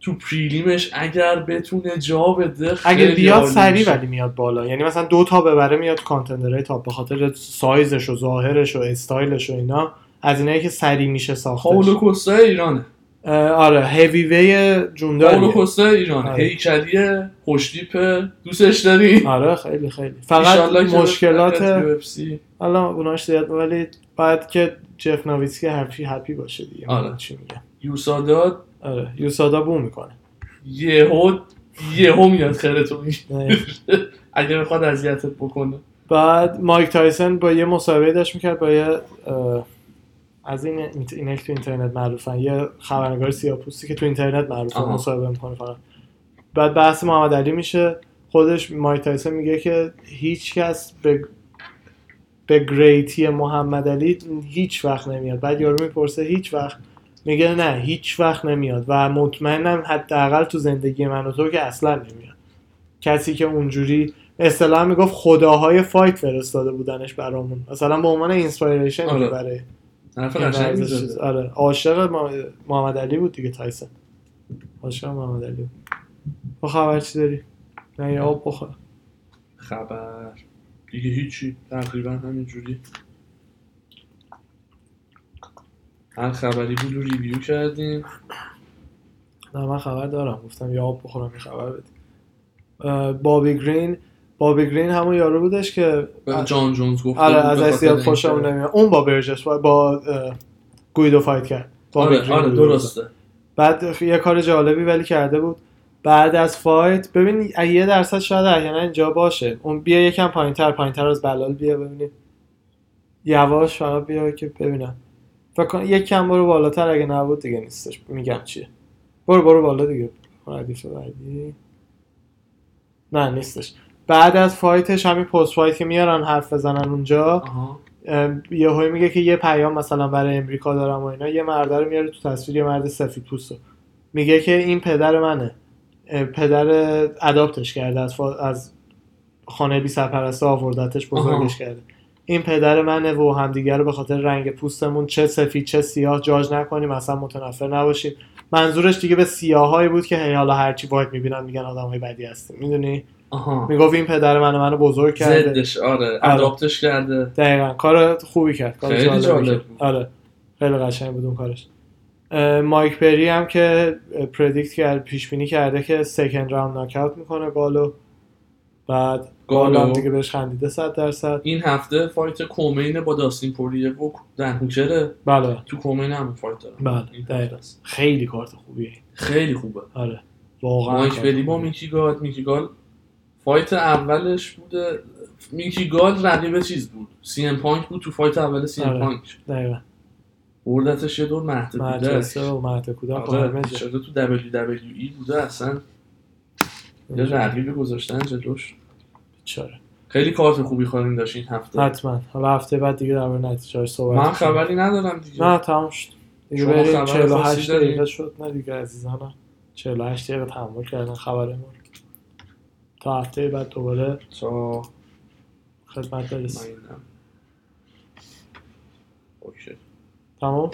A: تو پریلیمش اگر بتونه جا بده
B: اگه
A: خیلی
B: بیاد
A: عالی
B: سریع
A: میشه.
B: ولی میاد بالا یعنی مثلا دو تا ببره میاد کانتندرهای تاپ به خاطر سایزش و ظاهرش و استایلش و اینا از اینایی که سریع میشه ساختش
A: پائولو کوستا ایرانه
B: اه، آره هیوی وی
A: پاولو
B: جونداریه
A: کوستا ایرانه
B: آره.
A: هیکلیه خوشتیپه دوستش داری
B: آره خیلی خیلی فقط
A: انشالله که
B: مشکلات
A: بتونه UFC.
B: حالا اوناش زیاد ولی باید که جف ناویتسکی هپی هپی باشه دیگه
A: آره.
B: من چی میگم
A: یوساداد
B: آره یوسادا
A: <laughs>
B: بو میکنه
A: یهو یهو میاد خیرتو میشه اگه بخواد اذیتت بکنه
B: بعد مایک تایسن با یه مصاحبه داشت میکرد با یه اه، از این اینت- اینک تو اینترنت معروفن یه خبرنگار سیاپوستی که تو اینترنت معروفه
A: آها.
B: مصاحبه میکنه فقط بعد بحث محمد علی میشه خودش مایک تایسن میگه که هیچ کس به به گریتی محمد علی هیچ وقت نمیاد بعد یارو میپرسه هیچ وقت میگه نه هیچ وقت نمیاد و مطمئنم حداقل تو زندگی من و تو که اصلا نمیاد کسی که اونجوری اصطلاحا میگفت خداهای فایت فرستاده بودنش برامون مثلا به عنوان اینسپایرشن
A: آره. خب،
B: برای
A: حرف
B: این
A: قشنگ
B: ورزش
A: می‌زنه.
B: چیز. آره عاشق ما- محمد علی بود دیگه تایسن عاشق محمد علی بود تو خبر چی داری نه یه آب بخور
A: خبر دیگه هیچی تقریبا همینجوری هر خبری بود رو ریویو کردیم
B: نه من خبر دارم گفتم یه آب بخورم یه خبر بده اه، بابی گرین بابی گرین همون یارو بودش که
A: جان جونز گفت
B: آره از اسیال خوشم نمیاد اون با برجس با, با اه، گویدو فایت کرد بابی
A: آره
B: گرین
A: آره
B: بود.
A: درسته
B: بعد یه کار جالبی ولی کرده بود بعد از فایت ببین یه درصد شاید احیانا اینجا باشه اون بیا یکم پایینتر پایینتر از بلال بیا ببینیم یواش فقط بیا که ببینم فکر کن یکم برو بالاتر اگه نبود دیگه نیستش میگم چیه برو برو بالا دیگه ردیف بعدی نه نیستش بعد از فایتش همین پست فایت که میارن حرف بزنن اونجا
A: آها
B: یهو میگه که یه پیام مثلا برای امریکا دارم و اینا یه مرد رو میاره تو تصویر یه مرد سفید پوست میگه که این پدر منه اه، پدر اداپتش کرده از, فا- از خانه بی سرپرسته آوردتش بزرگش کرده این پدر منه و همدیگه رو به خاطر رنگ پوستمون چه سفید چه سیاه جاج نکنیم اصلا متنفر نباشیم منظورش دیگه به سیاهایی بود که هی حالا هرچی وایت میبینن میگن آدمای بدی هستیم میدونی
A: آها
B: میگفت این پدر من منو بزرگ کرده
A: زدش آره اداپتش کرده
B: دقیقا کار خوبی کرد کار
A: خیلی
B: جالبی
A: جالب
B: کرد.
A: بود.
B: آره خیلی قشنگ بود اون کارش اه، مایک پری هم که اه، پردیکت کرد پیش بینی کرده که سکند راوند ناکاوت میکنه گالو بعد گالو هم
A: گالو.
B: دیگه بهش خندیده 100 درصد
A: این هفته فایت کومین با داستین پوریه و دن هوکره
B: بله
A: تو کومین هم فایت دارم
B: بله، دقیقاً. خیلی کارت خوبیه
A: خیلی خوبه
B: آره واقعا
A: مایک
B: کارت
A: بلی با
B: خوبیه.
A: میکی گال میکی گال فایت اولش بوده میکی گال رقیب چیز بود سی ام پانک بود تو فایت اول سی ام
B: آره.
A: پانک
B: دقیقاً
A: بردتش یه دور مهد
B: مدرسه
A: بوده
B: و مهد کودک و
A: آره
B: همه جا.
A: شده تو دبلیو دبلیو ای بوده اصلا یه رقیب گذاشتن جلوش
B: بیچاره.
A: خیلی کارت خوبی خواهیم داشت این هفته
B: حتما حالا هفته بعد دیگه در مورد نتیجه صحبت
A: من
B: می‌کنیم.
A: خبری ندارم
B: نه
A: دیگه
B: تموم شد دیگه
A: شما
B: بریم
A: خبر خاصی
B: 48
A: داری؟
B: دقیقه شد نه دیگه عزیزانم 48 دقیقه تحمل کردن خبرمون تا هفته بعد دوباره
A: تا
B: خدمت
A: من
B: برسیم
A: اینم. اوکی
B: تمام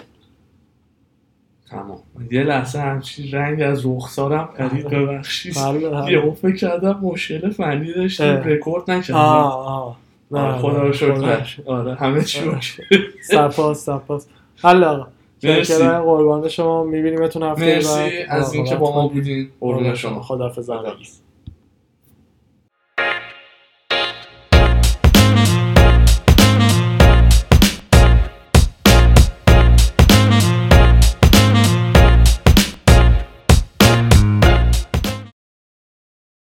A: تمام یه لحظه همچین رنگ از رخسارم پرید
B: آره.
A: ببخشید
B: بله، بله.
A: یه فکر کردم مشکل فنی داشتیم
B: اه.
A: رکورد نکردم
B: آه آه
A: آره، خدا رو شکر نه. آره همه چی
B: آره.
A: اوکی.
B: سپاس سپاس حالا آقا
A: مرسی.
B: شکرای قربان شما میبینیم اتون هفته بعد
A: مرسی از اینکه با ما بودین قربون شما
B: خدافز